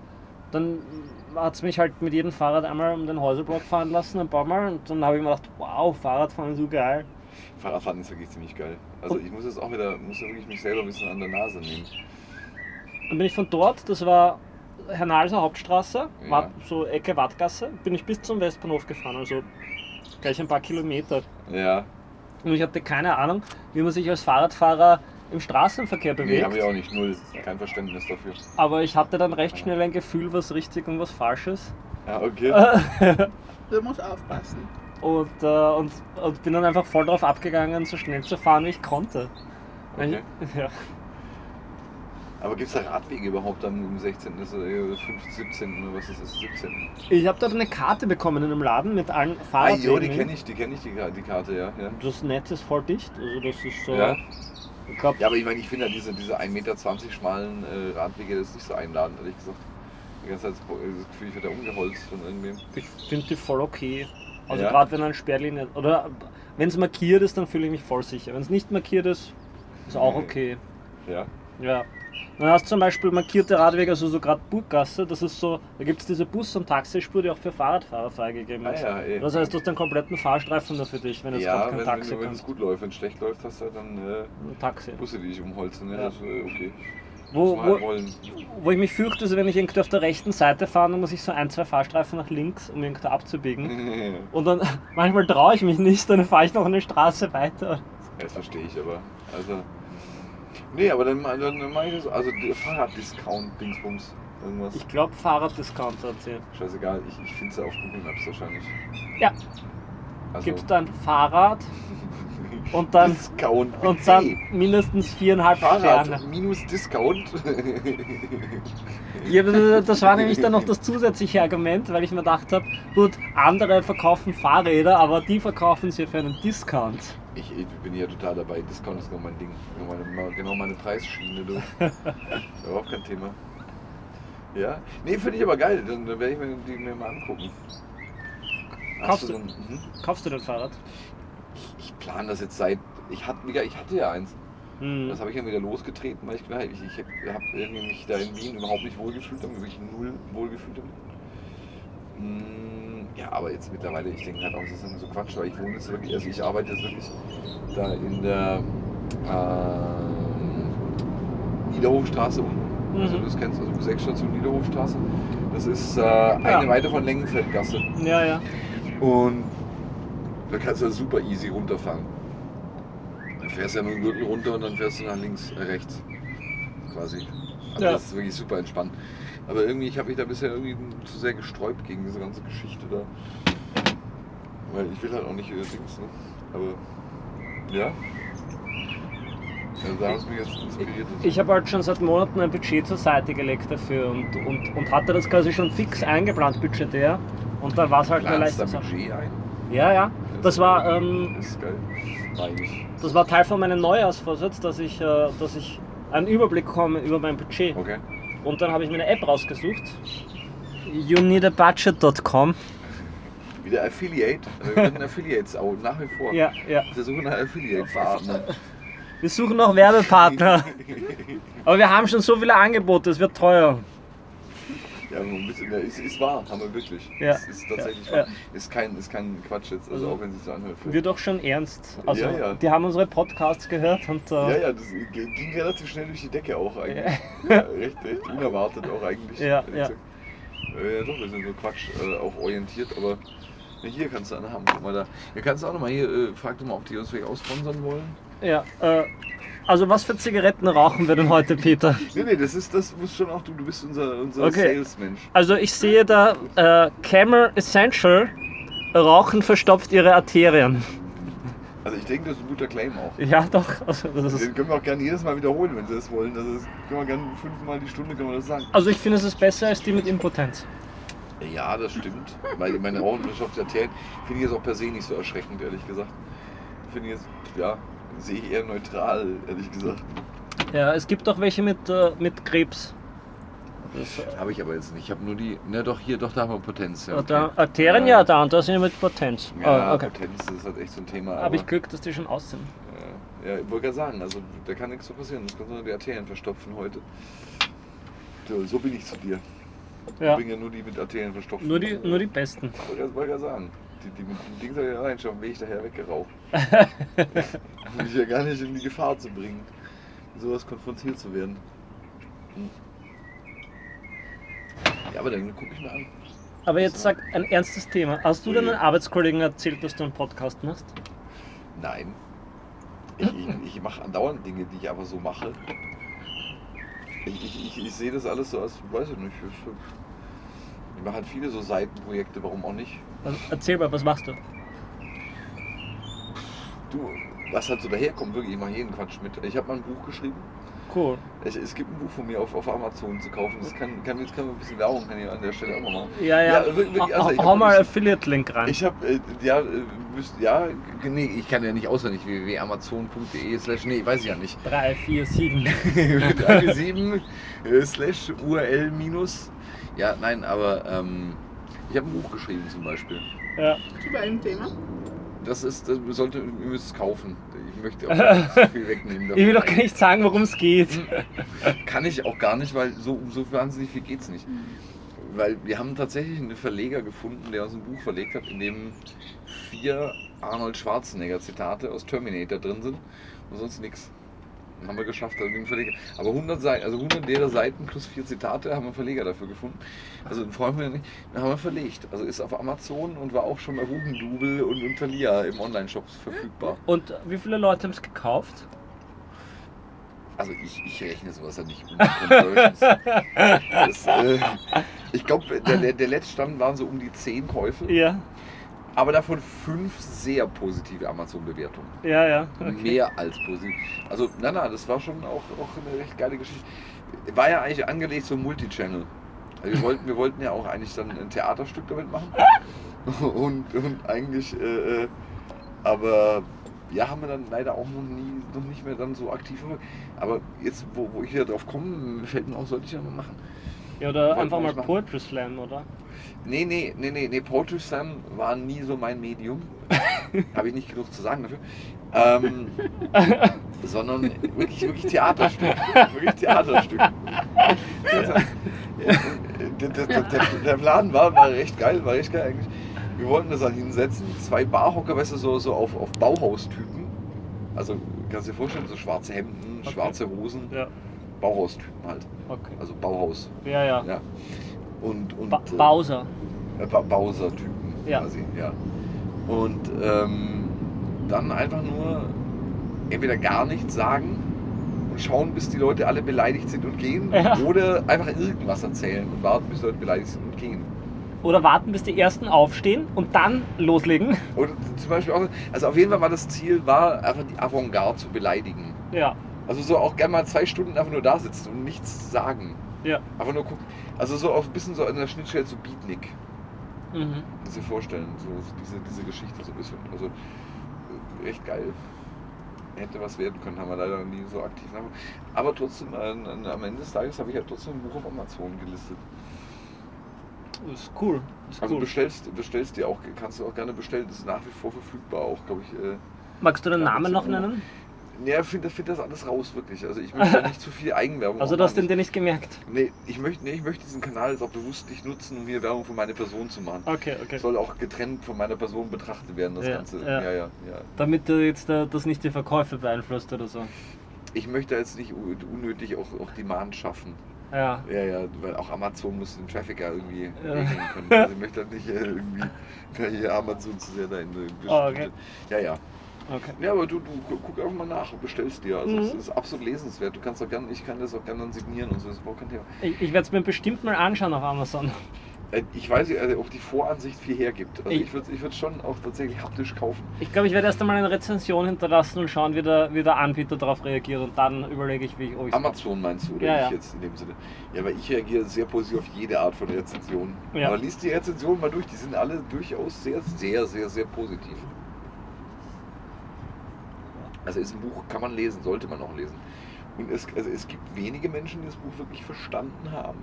[SPEAKER 2] dann hat es mich halt mit jedem Fahrrad einmal um den Häuserblock fahren lassen, ein paar Mal. Und dann habe ich mir gedacht, wow, Fahrradfahren so geil.
[SPEAKER 1] Fahrradfahren ist wirklich ziemlich geil.
[SPEAKER 2] Oh.
[SPEAKER 1] Also ich muss jetzt auch wieder, muss ja wirklich mich selber ein bisschen an der Nase nehmen.
[SPEAKER 2] Dann bin ich von dort, das war Hernalser Hauptstraße,
[SPEAKER 1] Ja.
[SPEAKER 2] Watt- so Ecke Wattgasse, bin ich bis zum Westbahnhof gefahren, also gleich ein paar Kilometer.
[SPEAKER 1] Ja,
[SPEAKER 2] Und ich hatte keine Ahnung, wie man sich als Fahrradfahrer im Straßenverkehr
[SPEAKER 1] nee,
[SPEAKER 2] bewegt.
[SPEAKER 1] habe ich auch nicht. Null. Kein Verständnis dafür.
[SPEAKER 2] aber ich hatte dann recht schnell ein Gefühl, was richtig und was falsch ist.
[SPEAKER 1] Ja, okay.
[SPEAKER 2] Ah.
[SPEAKER 3] Du musst aufpassen.
[SPEAKER 2] und, äh, und, und bin dann einfach voll drauf abgegangen, so schnell zu fahren, wie ich konnte.
[SPEAKER 1] okay.
[SPEAKER 2] Ja.
[SPEAKER 1] Aber gibt es da Radwege überhaupt um am 16., das ist, äh, 15., 17. oder was ist das? 17.
[SPEAKER 2] Ich habe dort eine Karte bekommen in einem Laden mit allen
[SPEAKER 1] Ah,
[SPEAKER 2] Fahrradwegen.
[SPEAKER 1] jo, die kenne ich, die kenne ich, die, Ka- die Karte, ja. ja.
[SPEAKER 2] Das Netz ist voll dicht. Also das ist so.
[SPEAKER 1] Ja.
[SPEAKER 2] Ich glaub,
[SPEAKER 1] Ja, aber ich meine, ich finde ja diese, diese 1,20 Meter schmalen äh, Radwege, das ist nicht so einladend, ehrlich gesagt. Die ganze Zeit äh, das Gefühl, ich werde da umgeholzt von irgendwem.
[SPEAKER 2] ich finde die voll okay. Also
[SPEAKER 1] Ja.
[SPEAKER 2] gerade wenn eine Sperrlinie. Oder wenn es markiert ist, dann fühle ich mich voll sicher. Wenn es nicht markiert ist, ist auch
[SPEAKER 1] Nee.
[SPEAKER 2] okay.
[SPEAKER 1] Ja.
[SPEAKER 2] Ja. Dann hast du zum Beispiel markierte Radwege, also so gerade Burggasse, das ist so, da gibt es diese Bus- und Taxispur, die auch für Fahrradfahrer freigegeben
[SPEAKER 1] Ah,
[SPEAKER 2] ist.
[SPEAKER 1] ja, eh.
[SPEAKER 2] Das heißt, du hast einen kompletten Fahrstreifen da für dich, wenn jetzt
[SPEAKER 1] ja,
[SPEAKER 2] gerade
[SPEAKER 1] wenn
[SPEAKER 2] kein
[SPEAKER 1] wenn-
[SPEAKER 2] Taxi
[SPEAKER 1] wenn
[SPEAKER 2] kommt.
[SPEAKER 1] es gut läuft, wenn es schlecht läuft, hast du halt dann äh,
[SPEAKER 2] Ein Taxi.
[SPEAKER 1] Busse, die dich umholzen. Ne?
[SPEAKER 2] Ja.
[SPEAKER 1] Das ist äh, okay.
[SPEAKER 2] Wo,
[SPEAKER 1] Muss man halt
[SPEAKER 2] wo,
[SPEAKER 1] wollen.
[SPEAKER 2] wo ich mich fürchte, ist, wenn ich irgendwie auf der rechten Seite fahre, dann muss ich so ein, zwei Fahrstreifen nach links, um irgendwie abzubiegen.
[SPEAKER 1] ja,
[SPEAKER 2] Und dann manchmal traue ich mich nicht, dann fahre ich noch eine Straße weiter.
[SPEAKER 1] das verstehe ich aber. Also. Nee, aber dann, dann, dann mache ich das. Also die- Fahrraddiscount-Dingsbums. Irgendwas.
[SPEAKER 2] Ich glaube, Fahrraddiscounter erzählt.
[SPEAKER 1] Scheißegal, ich, ich finde es auf Google Maps wahrscheinlich.
[SPEAKER 2] Ja.
[SPEAKER 1] Also,
[SPEAKER 2] Gibst dann Fahrrad und dann-
[SPEAKER 1] Discount.
[SPEAKER 2] und
[SPEAKER 1] mit
[SPEAKER 2] dann
[SPEAKER 1] C.
[SPEAKER 2] mindestens viereinhalb
[SPEAKER 1] Fahrrad
[SPEAKER 2] Sterne.
[SPEAKER 1] minus Discount.
[SPEAKER 2] Ja, aber das war nämlich dann noch das zusätzliche Argument, weil ich mir gedacht habe, gut, andere verkaufen Fahrräder, aber die verkaufen sie für einen Discount.
[SPEAKER 1] Ich, ich bin hier total dabei. Discount ist genau mein Ding. Genau meine, genau meine Preisschiene, du. Überhaupt kein Thema. Ja? Nee, finde ich aber geil. Dann, dann werde ich mir die mir mal angucken. Hast
[SPEAKER 2] Kaufst
[SPEAKER 1] so ein- mhm.
[SPEAKER 2] Kaufst du dein Fahrrad?
[SPEAKER 1] ich, ich plane das jetzt seit. Ich hatte, ja, ich hatte ja eins.
[SPEAKER 2] Hm.
[SPEAKER 1] Das habe ich dann wieder losgetreten, weil ich, gedacht habe, ich, ich habe irgendwie mich da in Wien überhaupt nicht wohlgefühlt, habe mich wirklich null wohlgefühlt. damit. Mm, Ja, aber jetzt mittlerweile, ich denke halt auch, das ist irgendwie so Quatsch, weil ich wohne jetzt wirklich, also ich arbeite jetzt wirklich da in der ähm, Niederhofstraße unten. Also
[SPEAKER 2] Mhm.
[SPEAKER 1] du das kennst, also Sechsstation Niederhofstraße. Das ist äh, eine
[SPEAKER 2] Ja.
[SPEAKER 1] Weite von Längenfeldgasse.
[SPEAKER 2] Ja, ja.
[SPEAKER 1] Und da kannst du super easy runterfahren. Dann fährst du ja nur einen Gürtel runter und dann fährst du nach links, äh, rechts. Quasi. Also
[SPEAKER 2] Ja.
[SPEAKER 1] das ist wirklich super entspannt. Aber irgendwie, ich habe mich da bisher irgendwie zu sehr gesträubt gegen diese ganze Geschichte da. Weil ich will halt auch nicht äh, Dings, ne? Aber ja. Also da hast du mich jetzt inspiriert.
[SPEAKER 2] Ich habe halt schon seit Monaten ein Budget zur Seite gelegt dafür und, und, und hatte das quasi schon fix eingeplant, budgetär. Und dann war es halt eine
[SPEAKER 1] Planst
[SPEAKER 2] leichte
[SPEAKER 1] da
[SPEAKER 2] Sache.
[SPEAKER 1] Budget ein.
[SPEAKER 2] Ja, ja. Das war, ähm,
[SPEAKER 1] Das ist geil. Nein, nicht.
[SPEAKER 2] das war Teil von meinem Neujahrsvorsatz, dass ich, äh, dass ich einen Überblick komme über mein Budget.
[SPEAKER 1] Okay.
[SPEAKER 2] Und dann habe ich mir eine App rausgesucht. Youneedabudget.com.
[SPEAKER 1] Wieder Affiliate. Also Wir werden Affiliates auch nach wie vor.
[SPEAKER 2] Ja, ja.
[SPEAKER 1] Wir suchen nach Affiliate-Partner.
[SPEAKER 2] Wir suchen noch Werbepartner. Aber wir haben schon so viele Angebote, es wird teuer.
[SPEAKER 1] Ja, nur ein bisschen, ja, ist, ist wahr, haben wir wirklich.
[SPEAKER 2] Ja,
[SPEAKER 1] Ist, ist tatsächlich
[SPEAKER 2] ja,
[SPEAKER 1] wahr. Ist, kein, ist kein Quatsch jetzt, also
[SPEAKER 2] Also,
[SPEAKER 1] auch wenn es sich so anhört.
[SPEAKER 2] Wird auch schon ernst. Also,
[SPEAKER 1] Ja, ja.
[SPEAKER 2] die haben unsere Podcasts gehört und äh,
[SPEAKER 1] ja, ja, das g- ging relativ schnell durch die Decke auch eigentlich. Ja. recht, recht unerwartet auch eigentlich.
[SPEAKER 2] Ja,
[SPEAKER 1] ehrlich
[SPEAKER 2] ja.
[SPEAKER 1] gesagt. Äh, ja, doch, wir sind so Quatsch äh, auch orientiert, aber ja, hier kannst du einen haben. Guck mal da. Hier kannst du auch nochmal hier, äh, frag doch mal, ob die uns vielleicht aussponsern wollen.
[SPEAKER 2] Ja, äh, also was für Zigaretten rauchen wir denn heute, Peter?
[SPEAKER 1] Nee, nee, das ist, das muss schon auch du, du bist unser, unser
[SPEAKER 2] Okay.
[SPEAKER 1] Salesmensch.
[SPEAKER 2] Also ich sehe da äh, Camel Essential, Rauchen verstopft ihre Arterien.
[SPEAKER 1] Also ich denke, das ist ein guter Claim auch.
[SPEAKER 2] Ja doch, also, das ist,
[SPEAKER 1] Den können wir auch gerne jedes Mal wiederholen, wenn sie das wollen. Also das können wir gerne fünfmal die Stunde können wir das sagen.
[SPEAKER 2] also ich finde es ist besser als die mit Impotenz.
[SPEAKER 1] Ja, das stimmt. Weil ich meine Rauchwirtschaft erzählt, finde ich jetzt auch per se nicht so erschreckend, ehrlich gesagt. Finde ich jetzt, ja, sehe ich eher neutral, ehrlich gesagt.
[SPEAKER 2] Ja, es gibt auch welche mit, äh, mit Krebs. Das, äh,
[SPEAKER 1] Habe ich aber jetzt nicht. Ich habe nur die, na doch, hier, doch, da haben wir Potenz. Ja,
[SPEAKER 2] da, Arterien ja, da und da sind ja mit Potenz.
[SPEAKER 1] Ja,
[SPEAKER 2] Ah, okay.
[SPEAKER 1] Potenz ist halt echt so ein Thema. Aber,
[SPEAKER 2] Habe ich Glück, dass die schon aus sind.
[SPEAKER 1] Ja, ja, ich wollte gerade sagen, also da kann nichts so passieren. Das können nur die Arterien verstopfen heute. So, so bin ich zu dir. Ich
[SPEAKER 2] Ja,
[SPEAKER 1] bringe ja nur die mit Arterien verstopfen.
[SPEAKER 2] nur die, nur die besten.
[SPEAKER 1] Wollte ich wollte gerade sagen. Die, die mit dem Ding soll ja rein, schon bin ich daher weggeraucht. um mich ja gar nicht in die Gefahr zu bringen, mit sowas konfrontiert zu werden. Hm. Ja, aber dann gucke ich mir an.
[SPEAKER 2] Aber jetzt sag ein ernstes Thema. Hast du deinen
[SPEAKER 1] Ja.
[SPEAKER 2] Arbeitskollegen erzählt, dass du einen Podcast machst?
[SPEAKER 1] Nein. Ich, ich, ich mache andauernd Dinge, die ich aber so mache. Ich, ich, ich, ich sehe das alles so als, weiß ich nicht, ich, ich mache halt viele so Seitenprojekte, warum auch nicht.
[SPEAKER 2] Also, erzähl mal, was machst du?
[SPEAKER 1] Du, was halt so daherkommt, wirklich, ich mache jeden Quatsch mit. Ich habe mal ein Buch geschrieben.
[SPEAKER 2] Cool.
[SPEAKER 1] Es, es gibt ein Buch von mir auf, auf Amazon zu kaufen. Das kann, kann jetzt kann man ein bisschen Werbung kann ich an der Stelle auch mal machen.
[SPEAKER 2] Ja, ja.
[SPEAKER 1] Ja, wirklich,
[SPEAKER 2] Ha-
[SPEAKER 1] also
[SPEAKER 2] ha-
[SPEAKER 1] ich
[SPEAKER 2] hau
[SPEAKER 1] hab-
[SPEAKER 2] mal
[SPEAKER 1] ich-
[SPEAKER 2] Affiliate-Link rein.
[SPEAKER 1] Ich habe, äh, ja, äh, müsst, ja, g- nee, ich kann ja nicht auswendig www.amazon.de e slash, nee, weiß ich ja nicht.
[SPEAKER 2] 3, 4, 7.
[SPEAKER 1] 7 äh, slash URL minus. Ja, nein, aber ähm, ich habe ein Buch geschrieben zum Beispiel.
[SPEAKER 2] Ja.
[SPEAKER 3] Zu deinem Thema.
[SPEAKER 1] Das ist, das sollte, ihr müsst es kaufen. Ich möchte auch nicht so viel wegnehmen.
[SPEAKER 2] Ich will doch
[SPEAKER 1] davon.
[SPEAKER 2] gar nicht sagen, worum es geht.
[SPEAKER 1] Hm. Kann ich auch gar nicht, weil so, um so wahnsinnig viel geht es nicht. Weil wir haben tatsächlich einen Verleger gefunden, der uns ein Buch verlegt hat, in dem vier Arnold Schwarzenegger Zitate aus Terminator drin sind und sonst nichts. Haben wir geschafft, also den Verleger. Aber 100 Seiten, also 100 leere Seiten plus vier Zitate haben wir einen Verleger dafür gefunden. Also ein Freund von mir nicht, den haben wir verlegt. Also ist auf Amazon und war auch schon bei Hugendubel und, und Thalia im Online-Shop verfügbar.
[SPEAKER 2] Und wie viele Leute haben es gekauft?
[SPEAKER 1] Also ich, ich rechne sowas ja nicht um. Conversions. das, äh, ich glaube, der, der, der letzte Stand waren so um die 10 Käufe,
[SPEAKER 2] Ja,
[SPEAKER 1] aber davon fünf sehr positive Amazon-Bewertungen.
[SPEAKER 2] ja, ja.
[SPEAKER 1] Hm.
[SPEAKER 2] Okay.
[SPEAKER 1] Mehr als positiv. Also, na, na, das war schon auch, auch eine recht geile Geschichte. War ja eigentlich angelegt so Multichannel. Also wir, wollten, wir wollten ja auch eigentlich dann ein Theaterstück damit machen. Und, und eigentlich, äh, äh, aber ja, haben wir dann leider auch noch nie, noch nicht mehr dann so aktiv. verfolgt. Aber jetzt, wo, wo ich wieder drauf komme, fällt mir auch, sollte ich ja mal machen.
[SPEAKER 2] Ja, oder
[SPEAKER 1] Wollten
[SPEAKER 2] einfach mal
[SPEAKER 1] wir nicht
[SPEAKER 2] Poetry Slam, oder?
[SPEAKER 1] Nee, nee, nee, nee, nee, Poetry Slam war nie so mein Medium. Habe ich nicht genug zu sagen dafür. Ähm, sondern wirklich, wirklich Theaterstück. Wirklich Theaterstück. Der, der, der, der, der Plan war, war recht geil, war recht geil eigentlich. Wir wollten das dann hinsetzen, zwei Barhocker, weißt du, so, so auf, auf Bauhaustypen. Also kannst du dir vorstellen, so schwarze Hemden,
[SPEAKER 2] Okay.
[SPEAKER 1] schwarze Hosen,
[SPEAKER 2] Ja,
[SPEAKER 1] Bauhaustypen halt.
[SPEAKER 2] okay.
[SPEAKER 1] Also Bauhaus.
[SPEAKER 2] Ja, ja.
[SPEAKER 1] Ja. Und, und
[SPEAKER 2] Ba
[SPEAKER 1] äh,
[SPEAKER 2] Bowser.
[SPEAKER 1] äh, Ba- Bowser-Typen
[SPEAKER 2] Ja.
[SPEAKER 1] quasi, ja. Und ähm, dann einfach nur entweder gar nichts sagen und schauen, bis die Leute alle beleidigt sind und gehen
[SPEAKER 2] Ja.
[SPEAKER 1] oder einfach irgendwas erzählen und warten, bis die Leute beleidigt sind und gehen.
[SPEAKER 2] Oder warten, bis die ersten aufstehen und dann loslegen.
[SPEAKER 1] Oder zum Beispiel auch, also auf jeden Fall war das Ziel, war einfach die Avantgarde zu beleidigen.
[SPEAKER 2] Ja,
[SPEAKER 1] Also so auch gerne mal zwei Stunden einfach nur da sitzen und nichts sagen.
[SPEAKER 2] ja.
[SPEAKER 1] Einfach nur gucken. Also so auf ein bisschen so an der Schnittstelle zu Beatnik.
[SPEAKER 2] Mhm.
[SPEAKER 1] Muss ich vorstellen, so diese, diese Geschichte so ein bisschen. Also äh, echt geil. Hätte was werden können, haben wir leider nie so aktiv. nach- Aber trotzdem, äh, n- am Ende des Tages habe ich ja trotzdem ein Buch auf Amazon gelistet.
[SPEAKER 2] Ist cool. Ist
[SPEAKER 1] Also
[SPEAKER 2] cool.
[SPEAKER 1] bestellst, bestellst dir auch, kannst du auch gerne bestellen, ist nach wie vor verfügbar auch, glaube ich. Äh,
[SPEAKER 2] Magst du den
[SPEAKER 1] Ja,
[SPEAKER 2] Namen noch
[SPEAKER 1] absolut.
[SPEAKER 2] nennen?
[SPEAKER 1] ja, finde find das alles raus, wirklich. Also ich möchte da nicht zu viel Eigenwerbung
[SPEAKER 2] Also,
[SPEAKER 1] auch
[SPEAKER 2] du hast den
[SPEAKER 1] machen.
[SPEAKER 2] dir nicht gemerkt.
[SPEAKER 1] Nee, ich möchte, nee, ich möchte diesen Kanal jetzt auch bewusst nicht nutzen, um hier Werbung für meine Person zu machen.
[SPEAKER 2] Okay, Ah, okay.
[SPEAKER 1] Soll auch getrennt von meiner Person betrachtet werden, das
[SPEAKER 2] Ja,
[SPEAKER 1] Ganze.
[SPEAKER 2] ja.
[SPEAKER 1] ja, ja. ja.
[SPEAKER 2] Damit du jetzt äh, das nicht die Verkäufe beeinflusst oder so.
[SPEAKER 1] ich möchte jetzt nicht un- unnötig auch, auch Demand schaffen.
[SPEAKER 2] Ja.
[SPEAKER 1] Ja, ja, weil auch Amazon muss den Traffic ja irgendwie
[SPEAKER 2] Ja.
[SPEAKER 1] regeln können. Also ich möchte halt nicht äh, irgendwie da hier Amazon zu sehr dahin. äh,
[SPEAKER 2] Ah, okay.
[SPEAKER 1] Ja, ja.
[SPEAKER 2] Okay.
[SPEAKER 1] Ja, aber du, du gu- guck einfach mal nach und bestellst dir. Also es
[SPEAKER 2] Mhm.
[SPEAKER 1] ist absolut lesenswert. Du kannst auch gerne, ich kann das auch gerne dann signieren und so, das ist überhaupt kein Thema.
[SPEAKER 2] Ich, ich werde es mir bestimmt mal anschauen auf Amazon.
[SPEAKER 1] Äh, Ich weiß nicht, also, ob die Voransicht viel hergibt. Also
[SPEAKER 2] Ich-
[SPEAKER 1] ich würde es ich würd's schon auch tatsächlich haptisch kaufen.
[SPEAKER 2] Ich glaube, ich werde erst einmal eine Rezension hinterlassen und schauen, wie der, wie der Anbieter darauf reagiert und dann überlege ich, wie ich ob ich's
[SPEAKER 1] Amazon meinst du, oder
[SPEAKER 2] Ja,
[SPEAKER 1] ich
[SPEAKER 2] ja.
[SPEAKER 1] jetzt in dem Sinne? Ja, aber ich reagiere sehr positiv auf jede Art von Rezension.
[SPEAKER 2] Ja.
[SPEAKER 1] Aber liest die Rezensionen mal durch, die sind alle durchaus sehr, sehr, sehr, sehr positiv. Also ist ein Buch, kann man lesen, sollte man auch lesen. Und es, also es gibt wenige Menschen, die das Buch wirklich verstanden haben.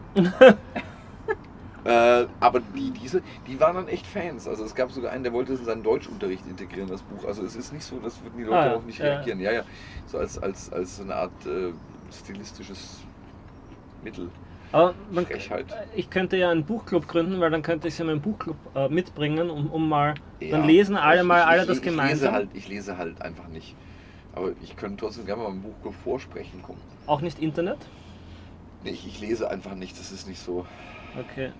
[SPEAKER 1] Äh, aber die, diese, die waren dann echt Fans. Also es gab sogar einen, der wollte es in seinen Deutschunterricht integrieren, das Buch. Also es ist nicht so, das würden die Leute
[SPEAKER 2] Ah, ja.
[SPEAKER 1] auch nicht
[SPEAKER 2] Ja, ja.
[SPEAKER 1] reagieren. Ja, ja. So als, als, als so eine Art äh, stilistisches Mittel.
[SPEAKER 2] Aber man,
[SPEAKER 1] Frechheit.
[SPEAKER 2] ich könnte ja einen Buchclub gründen, weil dann könnte ich es in meinen Buchclub äh, mitbringen, um, um mal.
[SPEAKER 1] Ja.
[SPEAKER 2] Dann lesen alle
[SPEAKER 1] Ich-
[SPEAKER 2] mal
[SPEAKER 1] ich-
[SPEAKER 2] alle
[SPEAKER 1] ich-
[SPEAKER 2] das
[SPEAKER 1] ich
[SPEAKER 2] gemeinsam.
[SPEAKER 1] Lese halt, ich lese halt einfach nicht. Aber ich könnte trotzdem gerne mal im Buchclub vorsprechen kommen.
[SPEAKER 2] Auch nicht Internet?
[SPEAKER 1] Nee, ich, ich lese einfach nicht, das ist nicht so.
[SPEAKER 2] Okay.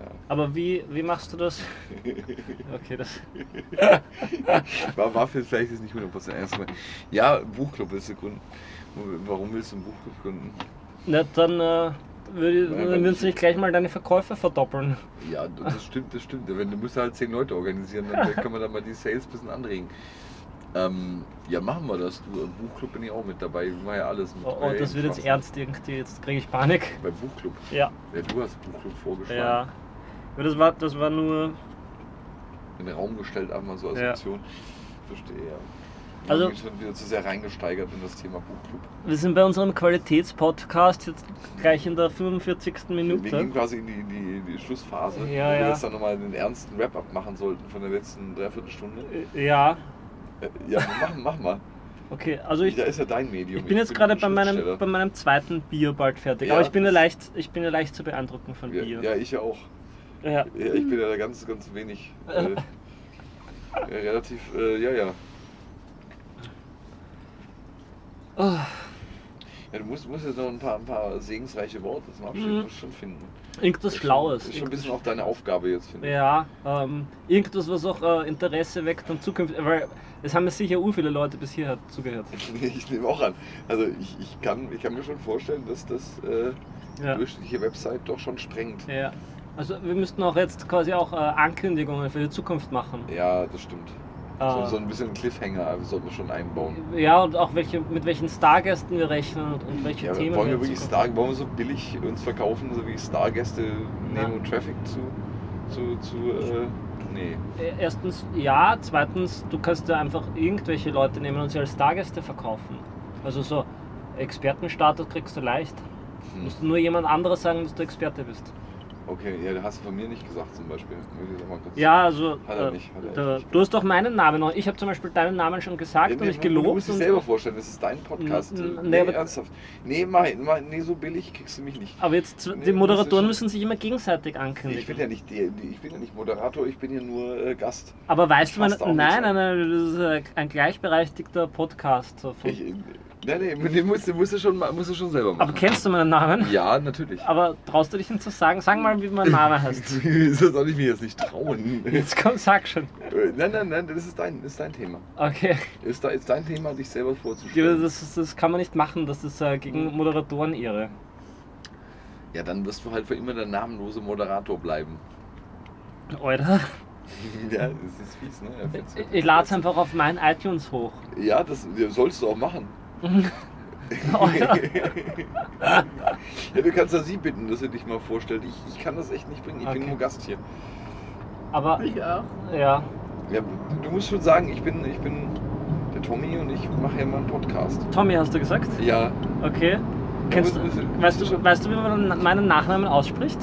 [SPEAKER 1] Ja.
[SPEAKER 2] Aber wie, wie machst du das? Okay, das.
[SPEAKER 1] War, war für- vielleicht jetzt nicht 100% ernst. gemeint. Ja, Buchclub willst du gründen. Warum willst du einen Buchclub gründen?
[SPEAKER 2] Na, dann äh,
[SPEAKER 1] Nein,
[SPEAKER 2] würde, dann
[SPEAKER 1] weil
[SPEAKER 2] würdest du
[SPEAKER 1] ich-
[SPEAKER 2] nicht gleich mal deine Verkäufe verdoppeln.
[SPEAKER 1] Ja, das stimmt, das stimmt. Wenn du musst halt zehn Leute organisieren, dann kann man da mal die Sales ein bisschen anregen. Ähm, ja, machen wir das. Du, im Buchclub bin ich auch mit dabei. Wir machen ja alles mit.
[SPEAKER 2] Oh, oh, das wird jetzt ernst irgendwie. Jetzt kriege ich Panik.
[SPEAKER 1] Beim Buchclub.
[SPEAKER 2] Ja.
[SPEAKER 1] Ja, du hast Buchclub vorgeschlagen.
[SPEAKER 2] Ja. Aber das war, das war nur.
[SPEAKER 1] In den Raum gestellt, einfach mal so als
[SPEAKER 2] Ja.
[SPEAKER 1] Option. Verstehe, ja. Ich
[SPEAKER 2] Also-
[SPEAKER 1] habe mich schon wieder zu sehr reingesteigert in das Thema Buchclub.
[SPEAKER 2] Wir sind bei unserem Qualitätspodcast jetzt gleich in der 45.
[SPEAKER 1] Wir gehen
[SPEAKER 2] Minute.
[SPEAKER 1] quasi in die, in die, in die Schlussphase,
[SPEAKER 2] ne? Ja,
[SPEAKER 1] wo
[SPEAKER 2] ja.
[SPEAKER 1] wir jetzt dann nochmal den ernsten Wrap-Up machen sollten von der letzten Dreiviertelstunde.
[SPEAKER 2] Ja.
[SPEAKER 1] Äh, Ja, mach, mach mal.
[SPEAKER 2] Okay, also ich,
[SPEAKER 1] da ist ja dein Medium.
[SPEAKER 2] ich bin jetzt gerade bei meinem,
[SPEAKER 1] Schriftsteller.
[SPEAKER 2] bei meinem zweiten Bier bald fertig.
[SPEAKER 1] Ja,
[SPEAKER 2] Aber ich bin ja
[SPEAKER 1] das-
[SPEAKER 2] leicht, ich bin ja leicht zu beeindrucken von
[SPEAKER 1] ja,
[SPEAKER 2] Bier.
[SPEAKER 1] ja, ich ja auch.
[SPEAKER 2] Ja.
[SPEAKER 1] Ja, ich bin ja da ganz, ganz wenig. Äh, ja, relativ, äh, ja, ja.
[SPEAKER 2] Oh.
[SPEAKER 1] ja du musst, musst jetzt noch ein paar, ein paar segensreiche Worte zum Abschied
[SPEAKER 2] Mhm.
[SPEAKER 1] musst du schon finden.
[SPEAKER 2] Irgendwas
[SPEAKER 1] Ist schon-
[SPEAKER 2] Schlaues.
[SPEAKER 1] Ist schon ein bisschen auch deine Aufgabe jetzt, finde ich.
[SPEAKER 2] Ja, ähm, irgendwas, was auch äh, Interesse weckt und zukünftig. Weil es haben ja sicher ur viele Leute bis hierher zugehört.
[SPEAKER 1] Ich nehme auch an. Also ich, ich, kann, ich kann mir schon vorstellen, dass das äh,
[SPEAKER 2] Ja.
[SPEAKER 1] durchschnittliche Website doch schon sprengt.
[SPEAKER 2] ja. Also wir müssten auch jetzt quasi auch äh, Ankündigungen für die Zukunft machen.
[SPEAKER 1] Ja, das stimmt. So,
[SPEAKER 2] Äh,
[SPEAKER 1] Äh, so ein bisschen Cliffhanger sollten wir schon einbauen.
[SPEAKER 2] Ja, und auch welche, mit welchen Stargästen wir rechnen und, und welche
[SPEAKER 1] Ja,
[SPEAKER 2] Themen
[SPEAKER 1] wollen wir
[SPEAKER 2] in
[SPEAKER 1] wirklich
[SPEAKER 2] Zukunft-
[SPEAKER 1] Star, wollen wir so billig uns verkaufen, so wie Stargäste nehmen
[SPEAKER 2] Nein.
[SPEAKER 1] und Traffic zu, zu, zu äh, nee.
[SPEAKER 2] Äh, Erstens ja, zweitens, du kannst ja einfach irgendwelche Leute nehmen und sie als Stargäste verkaufen. Also so Expertenstatus kriegst du leicht.
[SPEAKER 1] Hm.
[SPEAKER 2] Musst du nur jemand anderes sagen, dass du Experte bist.
[SPEAKER 1] Okay, ja, da hast du von mir nicht gesagt zum Beispiel. Muss ich jetzt auch mal kurz-
[SPEAKER 2] Ja, also
[SPEAKER 1] Hat er
[SPEAKER 2] äh,
[SPEAKER 1] nicht, hat er echt
[SPEAKER 2] da,
[SPEAKER 1] nicht.
[SPEAKER 2] du hast doch meinen Namen noch. Ich habe zum Beispiel deinen Namen schon gesagt
[SPEAKER 1] Ja,
[SPEAKER 2] und
[SPEAKER 1] nee,
[SPEAKER 2] ich
[SPEAKER 1] Du
[SPEAKER 2] gelobt.
[SPEAKER 1] musst dich
[SPEAKER 2] Und,
[SPEAKER 1] selber vorstellen, das ist dein Podcast.
[SPEAKER 2] N- n- nee,
[SPEAKER 1] nee,
[SPEAKER 2] aber-
[SPEAKER 1] ernsthaft. Nee, mach, mach, nee, so billig kriegst du mich nicht.
[SPEAKER 2] aber jetzt z-
[SPEAKER 1] Nee,
[SPEAKER 2] die
[SPEAKER 1] das ist
[SPEAKER 2] Moderatoren
[SPEAKER 1] schon-
[SPEAKER 2] müssen sich immer gegenseitig ankündigen.
[SPEAKER 1] Also Ich bin ja nicht, die- die- ich bin ja nicht Moderator, ich bin ja nur äh, Gast.
[SPEAKER 2] aber weißt du,
[SPEAKER 1] Passt
[SPEAKER 2] meine,
[SPEAKER 1] auch nicht
[SPEAKER 2] nein, nein,
[SPEAKER 1] sein.
[SPEAKER 2] nein, das ist äh, ein gleichberechtigter Podcast. So von,
[SPEAKER 1] Ich, äh, nee, nee, nee, musst, du- musst, du schon, mal- musst du schon selber machen.
[SPEAKER 2] aber kennst du meinen Namen?
[SPEAKER 1] Ja, natürlich.
[SPEAKER 2] Aber traust du dich ihn zu sagen? Sag mal, wie mein Name heißt.
[SPEAKER 1] Wieso soll ich mir jetzt nicht trauen? Äh,
[SPEAKER 2] Jetzt komm, sag schon.
[SPEAKER 1] nein, nein, nein, das ist dein, ist dein Thema.
[SPEAKER 2] Okay.
[SPEAKER 1] Ist, da, ist dein Thema, dich selber
[SPEAKER 2] Ja,
[SPEAKER 1] vorzustellen.
[SPEAKER 2] Das, ist- das kann man nicht machen, das ist äh,
[SPEAKER 1] Hm.
[SPEAKER 2] gegen Moderatoren ihre.
[SPEAKER 1] Ja, dann wirst du halt für immer der namenlose Moderator bleiben.
[SPEAKER 2] Oder?
[SPEAKER 1] ja, das ist fies, ne? Ja, find's-
[SPEAKER 2] Ich, ich lade es einfach auf mein iTunes hoch.
[SPEAKER 1] Ja, das ja, sollst du auch machen.
[SPEAKER 2] Oder?
[SPEAKER 1] Ja, du kannst ja sie bitten, dass sie dich mal vorstellt. Ich, ich kann das echt nicht bringen. Ich
[SPEAKER 2] Okay.
[SPEAKER 1] bin nur Gast hier.
[SPEAKER 2] Aber
[SPEAKER 3] Ich auch.
[SPEAKER 2] ja,
[SPEAKER 1] Ja, du musst schon sagen, ich bin, ich bin der Tommy und ich mache ja mal einen Podcast.
[SPEAKER 2] Tommy hast du gesagt?
[SPEAKER 1] Ja.
[SPEAKER 2] Okay. Kennst,
[SPEAKER 1] Ja, aber-
[SPEAKER 2] weißt, du, weißt du, wie man meinen Nachnamen ausspricht?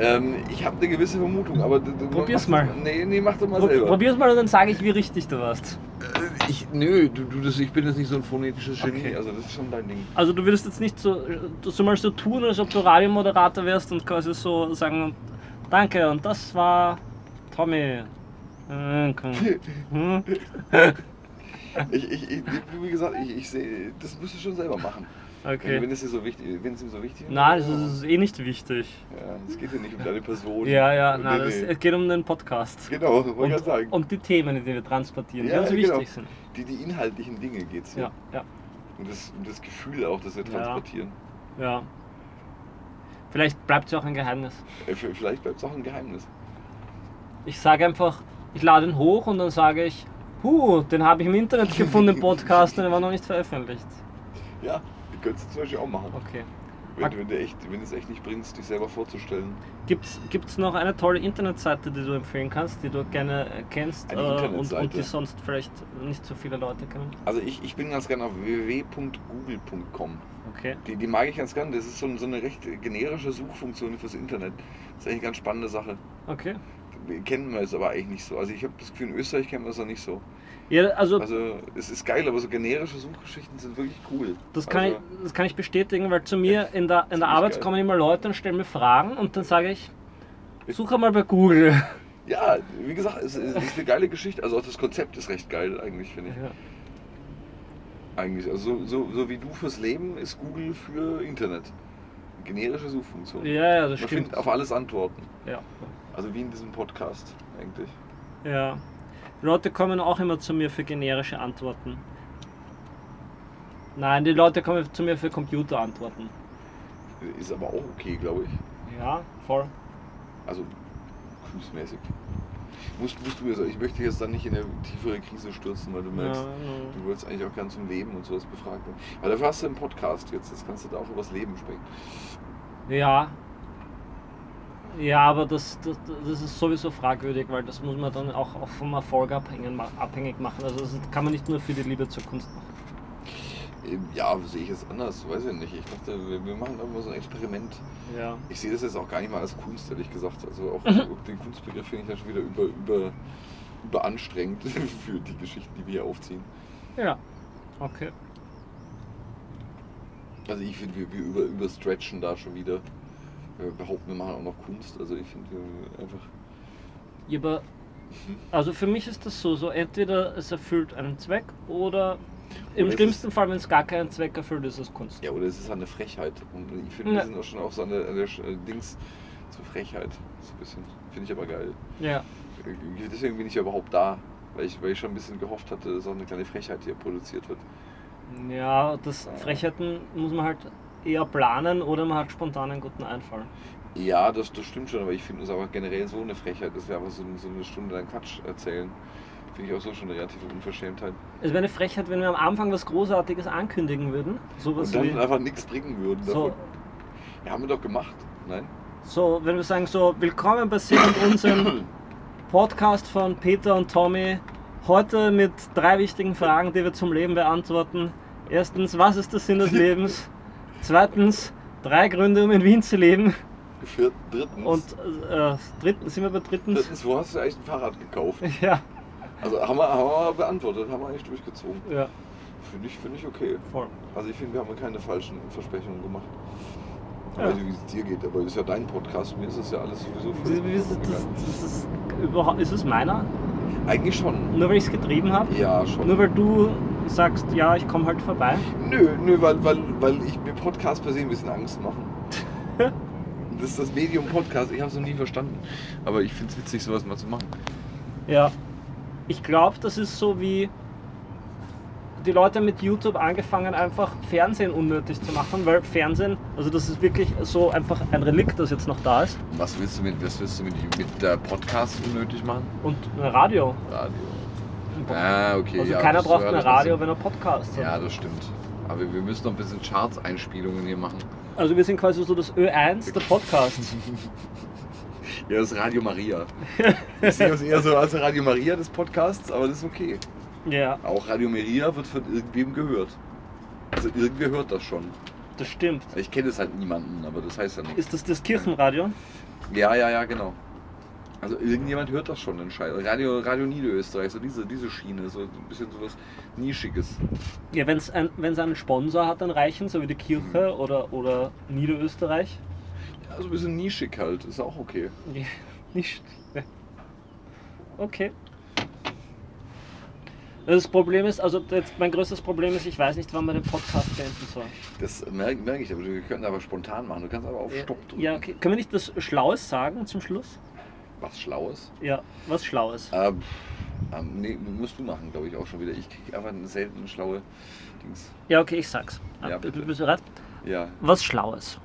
[SPEAKER 1] Ähm, ich habe eine gewisse Vermutung, aber d- d-
[SPEAKER 2] Probier's
[SPEAKER 1] mach-
[SPEAKER 2] mal.
[SPEAKER 1] Nee, nee, mach doch mal
[SPEAKER 2] Pro-
[SPEAKER 1] selber.
[SPEAKER 2] Probier's mal und dann sage ich, wie richtig du warst.
[SPEAKER 1] Äh, Ich, nö, du, du, das, ich bin jetzt nicht so ein phonetisches Genie,
[SPEAKER 2] Okay.
[SPEAKER 1] also das ist schon dein Ding.
[SPEAKER 2] Also du würdest jetzt nicht so, du soll mal so tun, als ob du Radiomoderator wärst und quasi so sagen, danke und das war Tommy. Äh, komm. Hm?
[SPEAKER 1] Ich, ich, ich, wie gesagt, ich, ich sehe, das musst du schon selber machen. Wenn, Also wenn
[SPEAKER 2] Okay.
[SPEAKER 1] es dir so wichtig, wenn es ihm so wichtig ist.
[SPEAKER 2] Na, das ist eh nicht wichtig.
[SPEAKER 1] Ja, es geht ja nicht um deine Person.
[SPEAKER 2] Ja, ja,
[SPEAKER 1] Nee,
[SPEAKER 2] nein,
[SPEAKER 1] nee.
[SPEAKER 2] das- es geht um den Podcast.
[SPEAKER 1] Genau, wollte ich ja
[SPEAKER 2] Und,
[SPEAKER 1] sagen.
[SPEAKER 2] und die Themen, die wir transportieren, die
[SPEAKER 1] Ja,
[SPEAKER 2] uns
[SPEAKER 1] ja,
[SPEAKER 2] wichtig
[SPEAKER 1] genau.
[SPEAKER 2] sind.
[SPEAKER 1] die, die inhaltlichen Dinge geht es
[SPEAKER 2] Ja, ja,
[SPEAKER 1] um, das, um das Gefühl auch, das wir
[SPEAKER 2] Ja.
[SPEAKER 1] transportieren.
[SPEAKER 2] ja. Vielleicht bleibt es ja auch ein Geheimnis.
[SPEAKER 1] Äh, v- Vielleicht bleibt es auch ein Geheimnis.
[SPEAKER 2] Ich sage einfach, ich lade ihn hoch und dann sage ich, puh, den habe ich im Internet gefunden, den Podcast, und der war noch nicht veröffentlicht.
[SPEAKER 1] Ja, das könntest du zum Beispiel auch machen.
[SPEAKER 2] Okay.
[SPEAKER 1] Wenn, wenn, du echt, wenn du es echt nicht bringst, dich selber vorzustellen.
[SPEAKER 2] Gibt's, gibt's noch eine tolle Internetseite, die du empfehlen kannst, die du gerne äh, kennst äh,
[SPEAKER 1] Eine
[SPEAKER 2] und, und
[SPEAKER 1] Internetseite?
[SPEAKER 2] die sonst vielleicht nicht so viele Leute kennen?
[SPEAKER 1] Also ich, ich bin ganz gerne auf www.google.com.
[SPEAKER 2] Okay.
[SPEAKER 1] Die, die mag ich ganz gerne. Das ist so, ein- so eine recht generische Suchfunktion fürs Internet. Das ist eigentlich eine ganz spannende Sache.
[SPEAKER 2] Okay.
[SPEAKER 1] Wir Kennen wir es aber eigentlich nicht so. Also ich habe das Gefühl, in Österreich kennen wir es noch nicht so.
[SPEAKER 2] Ja, also
[SPEAKER 1] Also es ist geil, aber so generische Suchgeschichten sind wirklich cool.
[SPEAKER 2] Das kann,
[SPEAKER 1] also,
[SPEAKER 2] ich, das kann ich bestätigen, weil zu mir in der, in
[SPEAKER 1] Ziemlich
[SPEAKER 2] der Arbeit
[SPEAKER 1] geil.
[SPEAKER 2] kommen immer Leute und stellen mir Fragen und dann sage ich, suche mal bei Google.
[SPEAKER 1] Ja, wie gesagt, es, es ist eine geile Geschichte. Also auch das Konzept ist recht geil eigentlich, finde ich. Eigentlich. Also so, so, so wie du fürs Leben ist Google für Internet. Generische Suchfunktion.
[SPEAKER 2] Ja, ja, das
[SPEAKER 1] Man
[SPEAKER 2] stimmt.
[SPEAKER 1] findet auf alles Antworten.
[SPEAKER 2] Ja.
[SPEAKER 1] Also wie in diesem Podcast eigentlich.
[SPEAKER 2] ja. Leute kommen auch immer zu mir für generische Antworten. Nein, die Leute kommen zu mir für Computerantworten.
[SPEAKER 1] Ist aber auch okay, glaube ich.
[SPEAKER 2] Ja, voll.
[SPEAKER 1] Also cruise-mäßig. Musst, musst du jetzt, ich möchte jetzt dann nicht in eine tiefere Krise stürzen, weil du
[SPEAKER 2] Ja,
[SPEAKER 1] merkst,
[SPEAKER 2] ja.
[SPEAKER 1] du wolltest eigentlich auch gern zum Leben und sowas befragt werden. Weil dafür hast du einen Podcast jetzt, jetzt kannst du da auch übers Leben sprechen.
[SPEAKER 2] Ja. Ja, aber das, das, das ist sowieso fragwürdig, weil das muss man dann auch, auch vom Erfolg abhängen, ma- abhängig machen. Also das kann man nicht nur für die Liebe zur Kunst machen.
[SPEAKER 1] Ähm, Ja, sehe ich es anders, weiß ich nicht. Ich dachte, wir, wir machen irgendwo so ein Experiment.
[SPEAKER 2] Ja.
[SPEAKER 1] Ich sehe das jetzt auch gar nicht mal als Kunst, ehrlich gesagt. Also auch den Kunstbegriff finde ich dann schon wieder über, über, überanstrengend für die Geschichten, die wir hier aufziehen.
[SPEAKER 2] Ja. Okay.
[SPEAKER 1] Also ich finde, wir, wir über, überstretchen da schon wieder. Wir behaupten, wir machen auch noch Kunst. Also ich finde, wir einfach...
[SPEAKER 2] Ja, aber also für mich ist das so, so entweder es erfüllt einen Zweck oder im
[SPEAKER 1] Oder es
[SPEAKER 2] schlimmsten Fall, wenn es gar keinen Zweck erfüllt, ist es Kunst.
[SPEAKER 1] Ja, oder es ist halt eine Frechheit. Und ich finde,
[SPEAKER 2] Ja.
[SPEAKER 1] wir sind auch schon auf so an der, an der Sch- äh, Dings zur Frechheit. So ein bisschen. Finde ich aber geil.
[SPEAKER 2] Ja.
[SPEAKER 1] Äh, Deswegen bin ich ja überhaupt da. Weil ich, weil ich schon ein bisschen gehofft hatte, dass auch eine kleine Frechheit hier produziert wird.
[SPEAKER 2] Ja, das Frechheiten muss man halt eher planen oder man hat spontan einen guten Einfall.
[SPEAKER 1] Ja, das, das stimmt schon, aber ich finde es aber generell so eine Frechheit, dass wir einfach so, so eine Stunde lang Quatsch erzählen. Finde ich auch so schon eine relative Unverschämtheit.
[SPEAKER 2] Es wäre eine Frechheit, wenn wir am Anfang was Großartiges ankündigen würden. Sowas
[SPEAKER 1] Und dann
[SPEAKER 2] wie,
[SPEAKER 1] einfach nichts bringen würden davon.
[SPEAKER 2] so,
[SPEAKER 1] Ja, haben wir doch gemacht. Nein?
[SPEAKER 2] so, wenn wir sagen so, willkommen bei Sie und unserem Podcast von Peter und Tommy. Heute mit drei wichtigen Fragen, die wir zum Leben beantworten. Erstens, was ist der Sinn des Lebens? Zweitens, drei Gründe, um in Wien zu leben.
[SPEAKER 1] Vier, drittens.
[SPEAKER 2] Und äh, drittens, sind wir bei drittens?
[SPEAKER 1] drittens, wo hast du eigentlich ein Fahrrad gekauft?
[SPEAKER 2] Ja,
[SPEAKER 1] Also haben wir, haben wir beantwortet, haben wir eigentlich durchgezogen.
[SPEAKER 2] ja,
[SPEAKER 1] Finde ich, finde ich okay.
[SPEAKER 2] voll.
[SPEAKER 1] Also ich finde, wir haben keine falschen Versprechungen gemacht. Ich
[SPEAKER 2] Ja.
[SPEAKER 1] weiß nicht, wie es dir geht, aber das ist ja dein Podcast, mir ist das ja alles sowieso
[SPEAKER 2] Das,
[SPEAKER 1] völlig
[SPEAKER 2] das,
[SPEAKER 1] egal.
[SPEAKER 2] das, das ist, überhaupt, ist es meiner?
[SPEAKER 1] Eigentlich schon.
[SPEAKER 2] Nur weil ich es getrieben habe?
[SPEAKER 1] Ja, schon.
[SPEAKER 2] Nur weil du sagst, ja, ich komme halt vorbei.
[SPEAKER 1] Nö, nö, weil, weil, weil ich mir Podcasts per se ein bisschen Angst machen. Das ist das Medium Podcast, ich habe es noch nie verstanden. Aber ich finde es witzig, sowas mal zu machen.
[SPEAKER 2] Ja. Ich glaube, das ist so wie die Leute mit YouTube angefangen, einfach Fernsehen unnötig zu machen, weil Fernsehen, also das ist wirklich so einfach ein Relikt, das jetzt noch da ist.
[SPEAKER 1] Was willst du mit, was willst du mit, mit der Podcast unnötig machen?
[SPEAKER 2] Und ein Radio.
[SPEAKER 1] Radio. Ah, okay.
[SPEAKER 2] Also
[SPEAKER 1] ja,
[SPEAKER 2] keiner
[SPEAKER 1] das-
[SPEAKER 2] braucht
[SPEAKER 1] ja,
[SPEAKER 2] ein
[SPEAKER 1] das
[SPEAKER 2] Radio,
[SPEAKER 1] macht
[SPEAKER 2] wenn er Podcast
[SPEAKER 1] Sinn.
[SPEAKER 2] hat.
[SPEAKER 1] Ja, das stimmt. Aber wir müssen noch ein bisschen Charts-Einspielungen hier machen.
[SPEAKER 2] Also wir sind quasi so das Ö1 der Podcasts.
[SPEAKER 1] Ja, das ist Radio Maria. Ich sehe uns eher so als Radio Maria des Podcasts, aber das ist okay.
[SPEAKER 2] ja,
[SPEAKER 1] Auch Radio Maria wird von irgendwem gehört. Also irgendwer hört das schon.
[SPEAKER 2] das stimmt.
[SPEAKER 1] Ich kenne es halt niemanden, aber das heißt ja nichts.
[SPEAKER 2] Ist das das Kirchenradio?
[SPEAKER 1] Ja, ja, ja, genau. Also irgendjemand hört das schon, den Scheiß. Radio, Radio Niederösterreich, so diese, diese Schiene, so ein bisschen sowas Nischiges.
[SPEAKER 2] Ja, wenn es ein, wenn's einen Sponsor hat, dann reichen, so wie die Kirche
[SPEAKER 1] Mhm.
[SPEAKER 2] oder, oder Niederösterreich.
[SPEAKER 1] Ja, so ein bisschen nischig halt, ist auch okay.
[SPEAKER 2] Ja, Nicht. ja. Okay. Das Problem ist, also jetzt mein größtes Problem ist, ich weiß nicht, wann man den Podcast beenden soll.
[SPEAKER 1] Das merke merk ich, aber wir können aber spontan machen. Du kannst aber auf Oh, Stopp drücken.
[SPEAKER 2] Ja, okay. Können wir nicht das Schlaues sagen zum Schluss?
[SPEAKER 1] Was Schlaues.
[SPEAKER 2] Ja, was Schlaues.
[SPEAKER 1] Ähm, ähm, nee, musst du machen, glaube ich, auch schon wieder. Ich kriege einfach eine selten schlaue Dings.
[SPEAKER 2] Ja, okay, ich sag's.
[SPEAKER 1] Ja,
[SPEAKER 2] Ah,
[SPEAKER 1] bitte.
[SPEAKER 2] Bist du bereit?
[SPEAKER 1] Ja,
[SPEAKER 2] Was Schlaues.